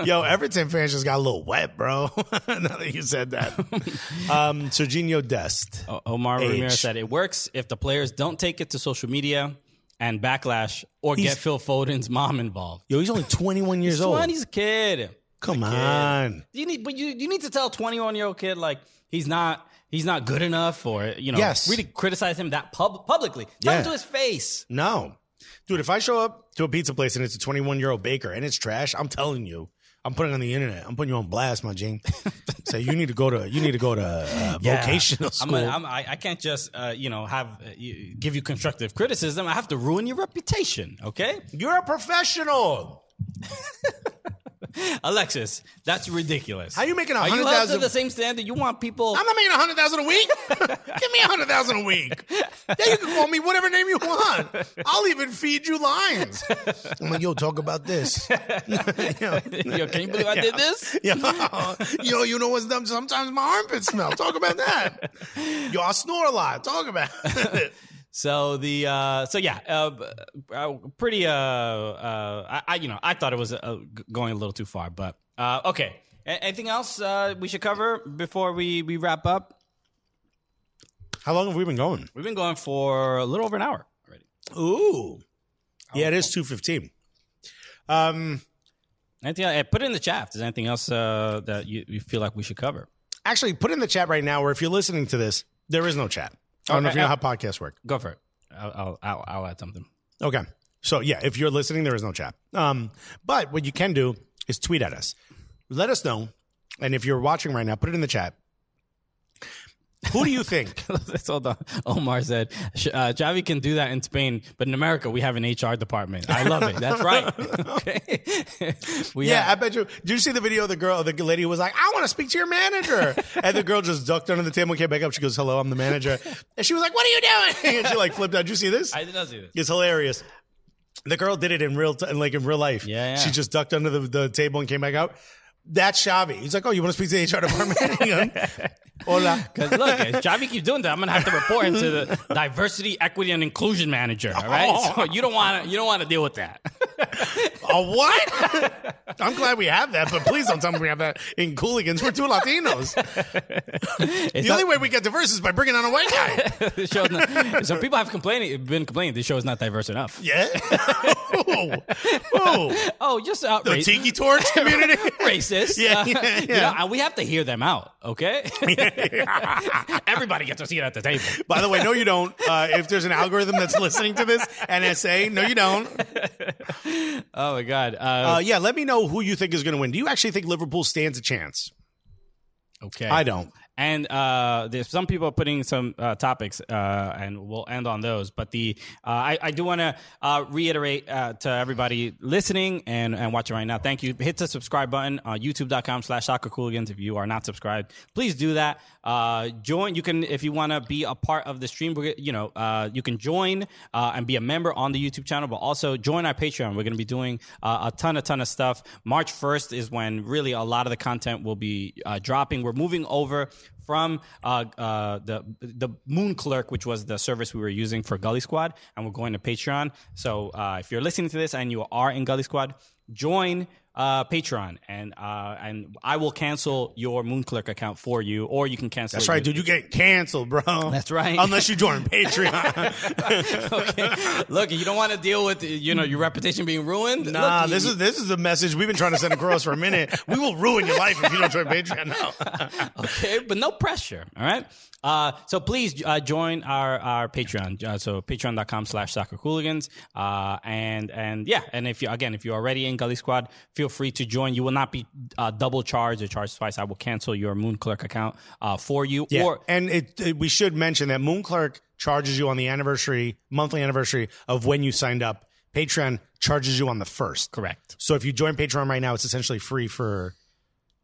Yo, Everton fans just got a little wet, bro. now that you said that. Um, Serginho Dest. O- Omar Age. Ramirez said it works if the players don't take it to social media and backlash, or He's- Oh. get Phil Foden's mom involved. Yo, he's only 21 years old. Twenty's a kid. Come on. You need, but you you need to tell a twenty one year old kid like he's not." He's not good enough, or you know, Yes. really criticize him that pub- publicly. Tell Yeah. him to his face. No. Dude, if I show up to a pizza place and it's a 21 year old baker and it's trash, I'm telling you. I'm putting it on the internet. I'm putting you on blast, my Jane. so you need to go to you need to go to uh, vocational I'm school. gonna, I'm, I, I can't just uh, you know have uh, you- give you constructive criticism. I have to ruin your reputation. Okay, You're a professional. Alexis, that's ridiculous. How you making Are you held to 100,000 the same standard? You want people? I'm not making a hundred thousand a week. Give me a hundred thousand a week. Then you can call me whatever name you want. I'll even feed you lines. I'm like, yo, talk about this. Yo, can you believe I did this? Yo, yo, you know what's dumb? Sometimes my armpits smell. Talk about that. Yo, I snore a lot. Talk about it. So the uh, so yeah, uh, uh, pretty. Uh, uh, I, I you know I thought it was uh, g- going a little too far, but uh, okay. A- anything else uh, we should cover before we we wrap up? How long have we been going? We've been going for a little over an hour already. Ooh. Yeah, it is 215. Um, Anything? Else? eh, Put it in the chat. If there's anything else uh, that you, you feel like we should cover, actually, put in the chat right now, or if you're listening to this, there is no chat. I don't know if you know how podcasts work. go for it. I'll I'll, I'll, I'll add something. Okay. So yeah, if you're listening, there is no chat. Um, but what you can do is tweet at us. Let us know. And if you're watching right now, put it in the chat. Who do you think? That's all the Omar said. Sh- Uh, Javi can do that in Spain, but in America we have an HR department. I love it. That's right. okay. we yeah, I have- bet you. Did you see the video of the girl, the lady who was like, I want to speak to your manager. and the girl just ducked under the table, came back up. She goes, Hello, I'm the manager. And she was like, What are you doing? And she like flipped out. Did you see this? I did not see this. It's hilarious. The girl did it in real time, like in real life. Yeah, yeah. She just ducked under the, the table and came back out. That's Xavi. He's like, oh, you want to speak to the HR department? Hola. Because look, if Javi keeps doing that, I'm gonna have to report him to the diversity, equity, and inclusion manager. All right. Oh. So you don't want to you don't want to deal with that. A what? I'm glad we have that, but please don't tell me we have that in Cooligans. We're two Latinos. the only way we get diverse is by bringing on a white guy. The show's not- so people have complaining been complaining the show is not diverse enough. Yeah. Ooh. Ooh. Oh, just uh, The race- Tiki Torch community. racist. Yeah, Uh, yeah, you yeah. know, and we have to hear them out. Okay. Everybody gets a seat at the table. By the way, no, you don't. Uh, if there's an algorithm that's listening to this, NSA, no, you don't. Oh my god. Uh, Uh, yeah, let me know who you think is going to win. Do you actually think Liverpool stands a chance? okay. I don't. And uh, there's some people are putting some uh, topics, uh, and we'll end on those. But the uh, I, I do want to uh, reiterate uh, to everybody listening and, and watching right now. Thank you. Hit the subscribe button on YouTube.com/slash Soccer Cooligans. If you are not subscribed, please do that. Uh, join. You can if you want to be a part of the stream. we're- You know, uh, you can join uh, and be a member on the YouTube channel, but also join our Patreon. We're going to be doing uh, a ton, a ton of stuff. March 1st is when really a lot of the content will be uh, dropping. We're moving over from uh, uh, the the Moon Clerk, which was the service we were using for Gully Squad, and we're going to Patreon. So uh, if you're listening to this and you are in Gully Squad, join uh, Patreon, and uh, and I will cancel your Moon Clerk account for you, or you can cancel. That's it right, with- dude. You get canceled, bro. That's right. Unless you join Patreon. okay. Look, you don't want to deal with you know your reputation being ruined. nah, Look, you- this is this is the message we've been trying to send across for a minute. We will ruin your life if you don't join Patreon. No. okay, but no pressure. All right. Uh, so please uh, join our our Patreon. Uh, so patreon.com slash soccer cooligans. Uh, and and yeah, and if you again if you're already in Gully Squad, feel free to join. You will not be uh, double charged or charged twice. I will cancel your Moon Clerk account uh, for you. Or and it, it- we should mention that Moon Clerk charges you on the anniversary, monthly anniversary of when you signed up. Patreon charges you on the first. correct. So if you join Patreon right now, it's essentially free for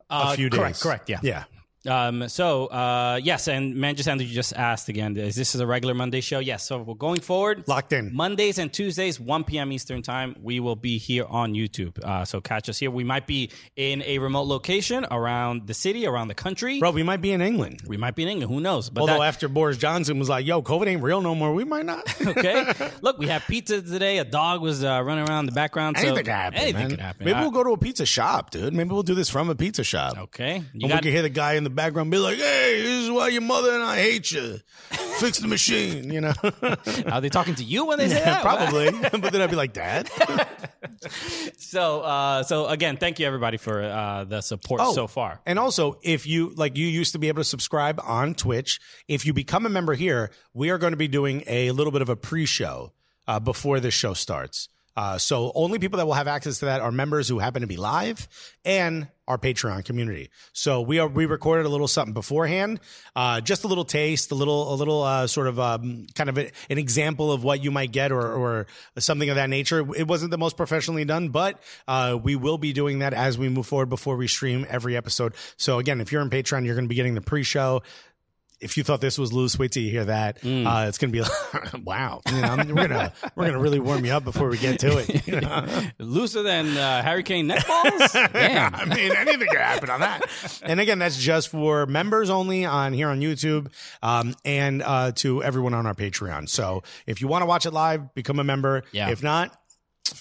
a Uh, few correct, days. correct, yeah. Yeah. Um, so uh, yes, and man, just Andrew, you just asked again. Is this is a regular Monday show? Yes. So we're going forward. Locked in. Mondays and Tuesdays, 1 p.m. Eastern time. We will be here on YouTube. Uh, so catch us here. We might be in a remote location around the city, around the country. Bro, we might be in England. We might be in England. Who knows? But Although that- after Boris Johnson was like, "Yo, COVID ain't real no more," we might not. okay. Look, we had pizza today. A dog was uh, running around in the background. anything so could happen. Anything man. could happen. Uh, Maybe I- we'll go to a pizza shop, dude. Maybe we'll do this from a pizza shop. Okay. You and got we can hear the guy in the background be like, "Hey, this is why your mother and I hate you. Fix the machine," you know. Are they talking to you when they say that? Probably, but then I'd be like, "Dad." So, uh, so again, thank you everybody for uh, the support Oh. so far. And also, if you like, you used to be able to subscribe on Twitch. If you become a member here, we are going to be doing a little bit of a pre-show uh, before this show starts. Uh, so only people that will have access to that are members who happen to be live and our Patreon community. So we are we recorded a little something beforehand, uh, just a little taste, a little a little uh, sort of um, kind of a- an example of what you might get or or something of that nature. It wasn't the most professionally done, but uh, we will be doing that as we move forward before we stream every episode. So again, if you're in Patreon, you're going to be getting the pre-show if you thought this was loose, wait till you hear that. Uh, it's gonna be like, wow. You know, I'm- we're gonna we're gonna really warm you up before we get to it. you know? Looser than uh, hurricane neck balls. I Damn. mean, anything could happen on that. And again, that's just for members only on here on YouTube um, and uh, to everyone on our Patreon. So if you want to watch it live, become a member. Yeah. If not,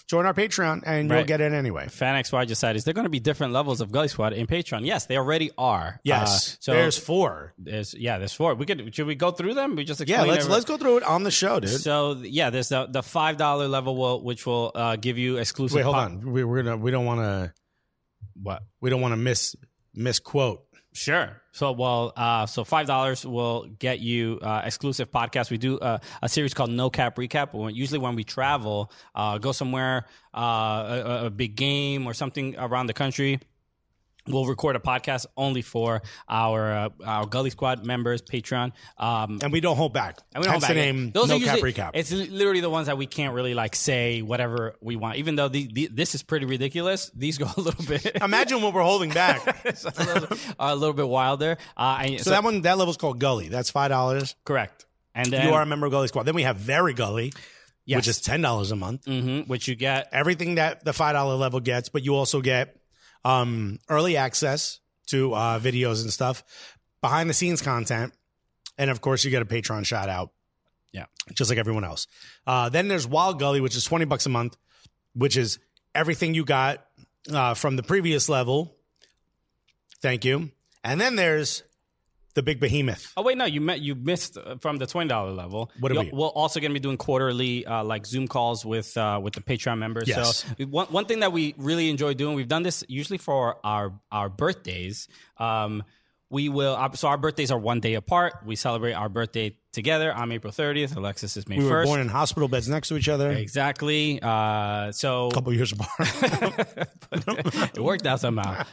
join our Patreon and you'll Right. get it anyway. Fan XY just said, is there going to be different levels of Gully Squad in Patreon? Yes, they already are. Yes. Uh, so there's four. there's- yeah, there's four. We could should we go through them? We just Yeah, explain let's every- let's go through it on the show, dude. So yeah, there's the the five dollar level will which will uh, give you exclusive. Wait, hold pop- on. We, we're gonna. We don't want to. What? We don't want to miss misquote. Sure. So well, uh, so five dollars will get you uh, exclusive podcasts. We do uh, a series called No Cap Recap. When, usually, when we travel, uh, go somewhere, uh, a, a- a big game or something around the country. We'll record a podcast only for our uh, our Gully Squad members, Patreon. Um, And we don't hold back. and we don't Hence back the it. name. Those no are usually, cap recap. It's li- literally the ones that we can't really like say whatever we want, even though the, the, this is pretty ridiculous. These go a little bit, Imagine what we're holding back. so those are a little bit wilder. Uh, and, so that one, that level's called Gully. That's five dollars. Correct. And then you are a member of Gully Squad. Then we have Very Gully, Yes. which is ten dollars a month. Mhm, which you get Everything that the five dollar level gets, but you also get um, early access to uh, videos and stuff, behind the scenes content, and of course you get a Patreon shout out. Yeah. just like everyone else. Uh, then there's Wild Gully, which is twenty bucks a month, which is everything you got uh, from the previous level. Thank you. And then there's the big behemoth. Oh wait, no, you met, you missed uh, from the twenty dollar level. What are You'll- we? We're also going to be doing quarterly uh, like Zoom calls with uh, with the Patreon members. Yes. So one one thing that we really enjoy doing, we've done this usually for our our birthdays. Um, we will uh, so our birthdays are one day apart. We celebrate our birthday together. I'm April 30th. Alexis is May We 1st. were born in hospital beds next to each other, a exactly. Uh, so couple years apart. it worked out somehow.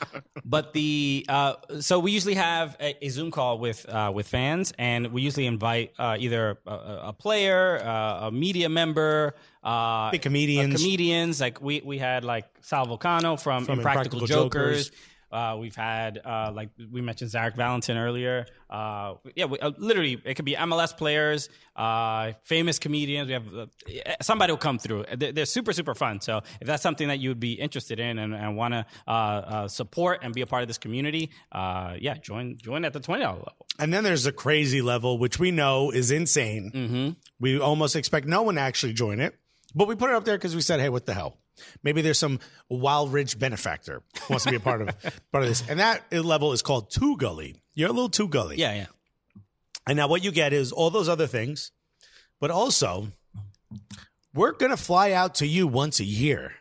But the uh, so we usually have a, a Zoom call with uh, with fans, and we usually invite uh, either a- a, a player, uh, a media member, uh, Big comedians. uh, comedians. Like we we had like Sal Volcano from, Impractical, Impractical Jokers. Jokers. Uh, we've had uh, like we mentioned Zarek Valentin earlier. Uh, yeah, we, uh, literally it could be MLS players, uh, famous comedians. We have uh, somebody will come through. They're, they're super super fun. So if that's something that you would be interested in and, and want to uh, uh, support and be a part of this community, uh, yeah, join join at the twenty dollar level. And then there's the crazy level, which we know is insane. We almost expect no one to actually join it, but we put it up there because we said, hey, what the hell? Maybe there's some wild rich benefactor who wants to be a part of part of this. And that level is called Two Gully. You're a little Two Gully. Yeah, yeah. And now what you get is all those other things, but also we're going to fly out to you once a year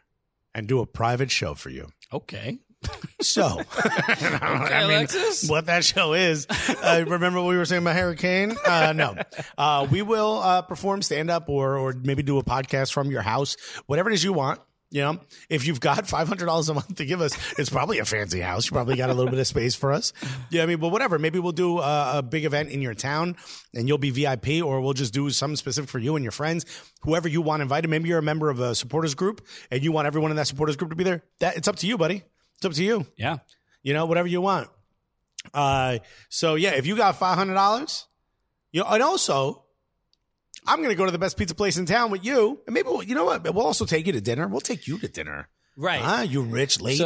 and do a private show for you. Okay. So, I mean, Alexis. what that show is. Uh, remember what we were saying about Hurricane? Uh, no, uh, we will uh, perform stand up or or maybe do a podcast from your house, whatever it is you want. You know, if you've got five hundred dollars a month to give us, it's probably a fancy house. You probably got a little bit of space for us. Yeah, I mean, but whatever. Maybe we'll do a, a big event in your town, and you'll be VIP, or we'll just do something specific for you and your friends, whoever you want invited. Maybe you're a member of a supporters group, and you want everyone in that supporters group to be there. That it's up to you, buddy. It's up to you Yeah. you know, whatever you want. Uh, so yeah, if you got five hundred dollars, you know, and also, I'm gonna go to the best pizza place in town with you, and maybe we'll, you know what? We'll also take you to dinner. We'll take you to dinner. Right. Ah, you rich lady.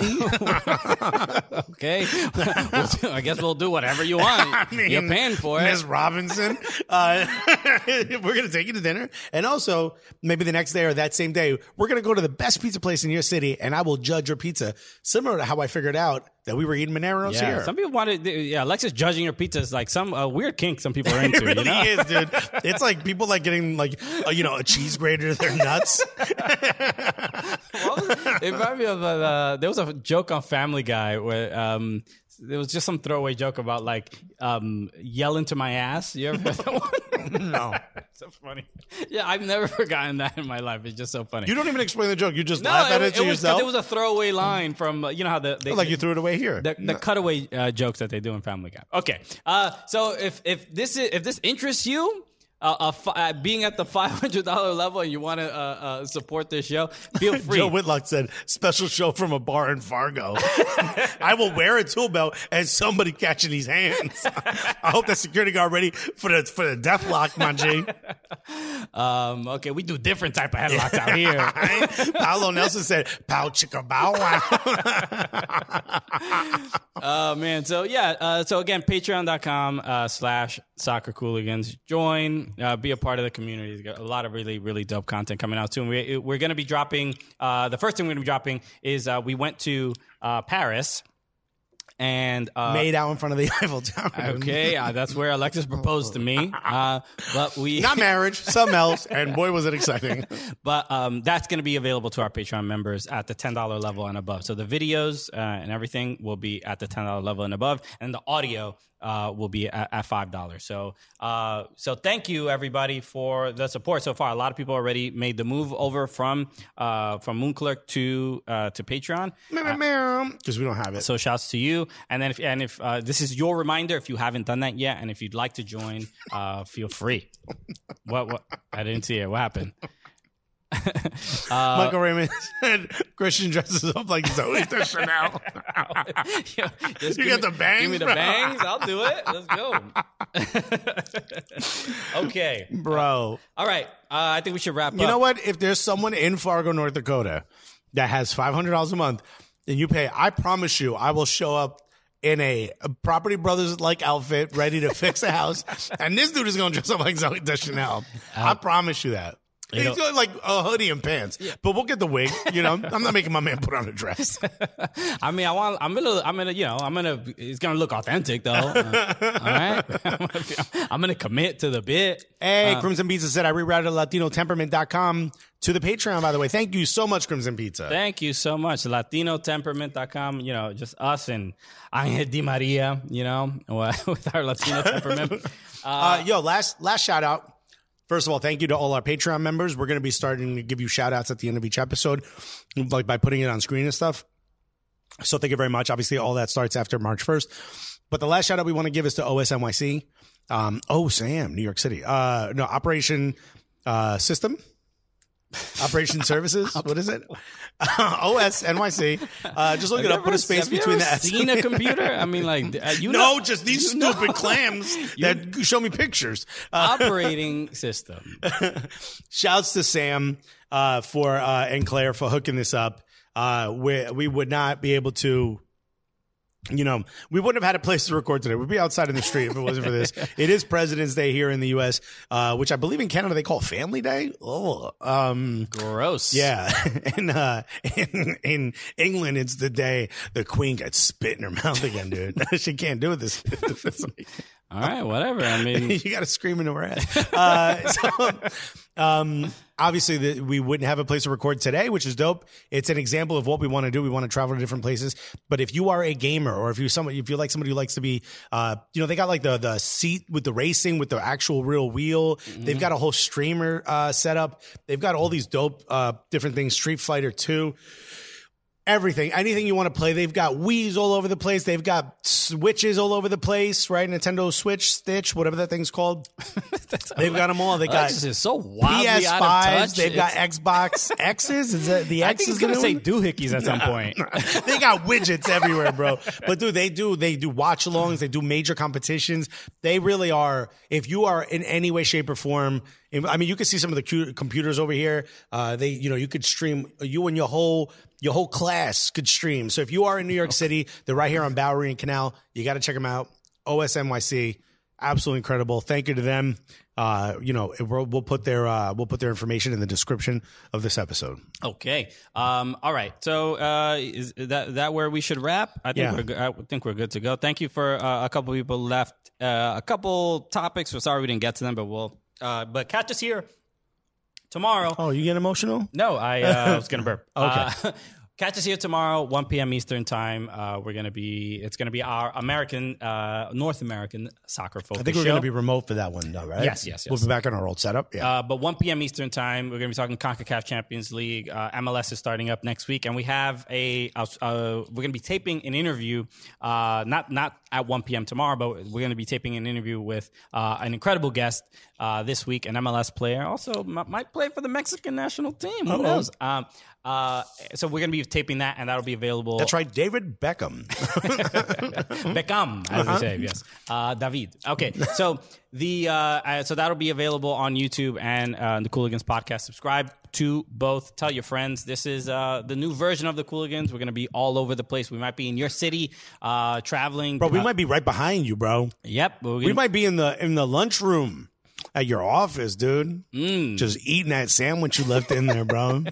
Okay. We'll do- I guess we'll do whatever you want. I mean, You're paying for it. Miss Robinson. Uh, we're gonna take you to dinner, and also maybe the next day or that same day, we're gonna go to the best pizza place in your city, and I will judge your pizza similar to how I figured out that we were eating Moneros Yeah, here. some people want to. Yeah, Alexis judging your pizza is like some uh, weird kink some people are into. It really you know? is, dude. It's like people like getting like uh, you know a cheese grater to their nuts. What was- it reminded me of uh, uh, there was a joke on Family Guy where um, there was just some throwaway joke about like um, yelling to my ass. You ever heard that one? No, so funny. Yeah, I've never forgotten that in my life. It's just so funny. you don't even explain the joke. You just no, laugh at it, it, was- to it was 'cause yourself. it was a throwaway line from uh, you know how the they, like you threw it away here. the, the cutaway uh, jokes that they do in Family Guy. Okay, uh, so if if this is, if this interests you, uh, a fi- uh, being at the five hundred dollar level and you want to uh, uh, support this show, feel free. Joe Whitlock said, "Special show from a bar in Fargo. I will wear a tool belt and somebody catching these hands. I hope that security guard ready for the for the death lock, my G. um, okay, we do different type of headlocks out here. Paolo Nelson said, "Pow chicka bow wow." Oh man, so yeah, uh, so again, patreon.com uh, slash soccer cooligans. Join, uh, be a part of the community. There's got a lot of really, really dope content coming out soon. We, we're going to be dropping, uh, the first thing we're going to be dropping is uh, we went to uh, Paris and uh, Made out in front of the Eiffel Tower. okay, uh, that's where Alexis proposed to me. Uh, but we, Not marriage, something else. And boy, was it exciting. but um, that's going to be available to our Patreon members at the ten dollar level and above. So the videos uh, and everything will be at the ten dollar level and above, and the audio uh, will be at, at five dollars. So uh, so thank you everybody for the support so far. A lot of people already made the move over from uh, from Moonclerk to uh, to Patreon. Because we don't have it. So shouts to you. And then if and if uh, this is your reminder, if you haven't done that yet, and if you'd like to join, uh, feel free. What what I didn't see it. What happened? Michael Raymond said, Christian dresses up like Zoe Chanel. Yo, just You got give me- the bangs, Give me the bro. bangs. I'll do it. Let's go. okay. Bro. All right. Uh, I think we should wrap up. You know what? If there's someone in Fargo, North Dakota that has $500 a month and you pay, I promise you, I will show up in a Property Brothers like outfit ready to fix a house. and this dude is going to dress up like Zoe Deschanel. I promise Uh, you that. He's know- got like a hoodie and pants, but we'll get the wig. You know, I'm not making my man put on a dress. I mean, I want. I'm gonna. I'm gonna. You know. I'm gonna. It's gonna look authentic though. Uh, all right. I'm gonna, be- I'm gonna commit to the bit. Hey, Crimson Pizza said I rerouted LatinoTemperament.com to the Patreon, by the way. Thank you so much, Crimson Pizza. Thank you so much. LatinoTemperament.com, you know, just us and Angel Di Maria, you know, with our Latino temperament. Uh, yo, last last shout out. First of all, thank you to all our Patreon members. We're going to be starting to give you shout outs at the end of each episode, like by putting it on screen and stuff. So thank you very much. Obviously, all that starts after March 1st. But the last shout out we want to give is to OSNYC. Um, oh, Sam, New York City. Uh, no, Operation uh, System. Operation Services. What is it? OSNYC. Uh, just look it up. Put a space Have you between ever the S. Seen a computer? I mean, like uh, you No, know, just these you know- stupid clams that show me pictures. Uh, operating system. shouts to Sam uh, for uh, and Claire for hooking this up. Uh, we we would not be able to. You know, we wouldn't have had a place to record today. We'd be outside in the street if it wasn't for this. It is President's Day here in the U.S., uh, which I believe in Canada they call Family Day. Oh, um, Gross. yeah, and uh, in, in England, it's the day the Queen gets spit in her mouth again, dude. she can't do it this. this week All right. Whatever. I mean, you got to scream into her ass. Uh, so, um, obviously, the, we wouldn't have a place to record today, which is dope. It's an example of what we want to do. We want to travel to different places. But if you are a gamer, or if you somebody, if you like somebody who likes to be, uh, you know, they got like the the seat with the racing with the actual real wheel. They've got a whole streamer uh, setup. They've got all these dope uh, different things. Street Fighter Two everything, anything you want to play. They've got Wii's all over the place. They've got Switches all over the place, right? Nintendo Switch, Stitch, whatever that thing's called. They've got them all. They got Oh, this is so wildly out of touch. PS5s. They've got It's- Xbox X's. Is that the I think X he's is gonna the new say one? doohickeys at some point. they got widgets everywhere, bro. But dude, they do they do watch alongs, they do major competitions. They really are. If you are in any way, shape, or form, I mean, you can see some of the cu- computers over here. Uh, they, you know, you could stream. You and your whole your whole class could stream. So if you are in New York City, they're right here on Bowery and Canal. You got to check them out. OSNYC absolutely incredible. Thank you to them. Uh, you know, it- we'll, we'll put their uh, we'll put their information in the description of this episode. Okay. Um, all right. So uh, is that that where we should wrap? I think Yeah. we're go- I think we're good to go. Thank you for uh, a couple people left. Uh, a couple topics. We're sorry we didn't get to them, but we'll. Uh, but catch us here tomorrow. Oh, you get emotional? No, I uh, was gonna burp. okay. Catch us here tomorrow, 1 p.m. Eastern time. Uh, we're gonna be it's gonna be our American, uh, North American soccer focus. I think we're going to be remote for that one, though, right? Yes, yes, We'll yes. be back on our old setup. Yeah. Uh, but 1 p.m. Eastern time, we're going to be talking Concacaf Champions League. Uh, MLS is starting up next week, and we have a uh, uh, we're going to be taping an interview. Uh, not not at 1 p.m. tomorrow, but we're going to be taping an interview with uh, an incredible guest uh, this week, an MLS player, also m- might play for the Mexican national team. Who knows? Um, uh, so we're going to be taping that, and that'll be available. That's right, David Beckham. Mm-hmm. Beckham, as Uh-huh. we say, yes. Uh, David. Okay, so the uh, uh, so that'll be available on YouTube and uh, the Cooligans podcast. Subscribe to both. Tell your friends. This is uh, the new version of the Cooligans. We're gonna be all over the place. We might be in your city, uh, traveling. bro, we might be right behind you, bro. Yep, we're gonna- We might be in the in the lunchroom at your office, dude. Mm. Just eating that sandwich you left in there, bro.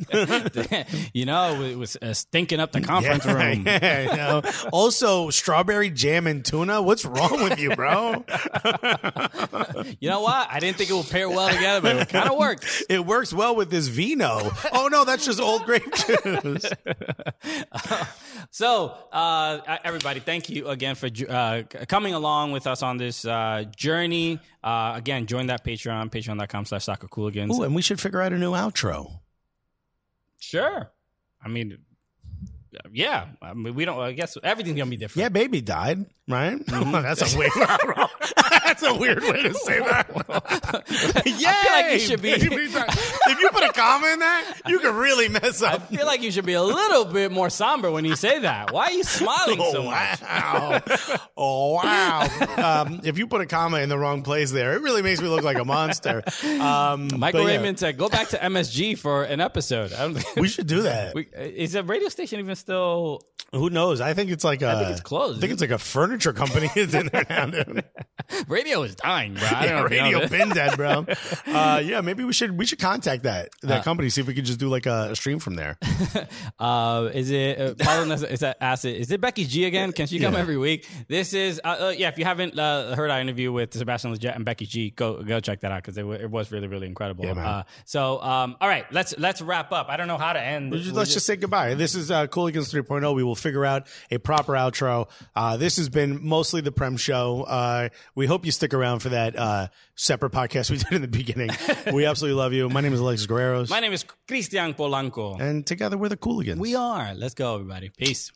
you know, it was uh, stinking up the conference room. Yeah, you know. Also, strawberry jam and tuna. What's wrong with you, bro? You know what? I didn't think it would pair well together, but it kind of worked. It works well with this vino. Oh no, that's just old grape juice. So, uh, everybody, thank you again for uh, c- coming along with us on this uh, journey. Uh, again, join that Patreon, patreon.com slash soccer Ooh, cooligans. and we should figure out a new outro. Sure. I mean, uh, yeah. I mean, we don't, I guess everything's going to be different. Yeah, baby died, right? Mm-hmm. that's a weird. that's a weird way to say that. yeah, I feel like you should be. if you put a comma in that, you could really mess I up. feel like you should be a little bit more somber when you say that. Why are you smiling so Oh much? wow! Oh wow! um, if you put a comma in the wrong place, there, it really makes me look like a monster. Um, but Michael yeah, Raymond said, "Go back to MSG for an episode." I don't, we should do that. we, is the radio station even still? Who knows? I think it's like a. I think it's closed. I think it's like a furniture company is in there now. Dude. Radio is dying, bro. I don't Yeah, know if you know radio this. been dead, bro. Uh, yeah, maybe we should we should contact that that company see if we could just do like a, a stream from there. Uh, is it uh, following us? Is that acid? Is it Becky G again? Can she come every week? This is uh, uh, yeah. If you haven't uh, heard our interview with Sebastian Leggett and Becky G, go go check that out because it, wa- it was really really incredible. man. Uh, so um, all right, let's let's wrap up. I don't know how to end. Let's just, let's just say goodbye. This is uh, Cooligans 3.0. We will figure out a proper outro. Uh, this has been mostly the Prem Show. Uh, we hope you stick around for that uh, separate podcast we did in the beginning. we absolutely love you. My name is Alexis Guerreros. My name is Cristian Polanco. and together we're the Cooligans. We are. Let's go, everybody. Peace.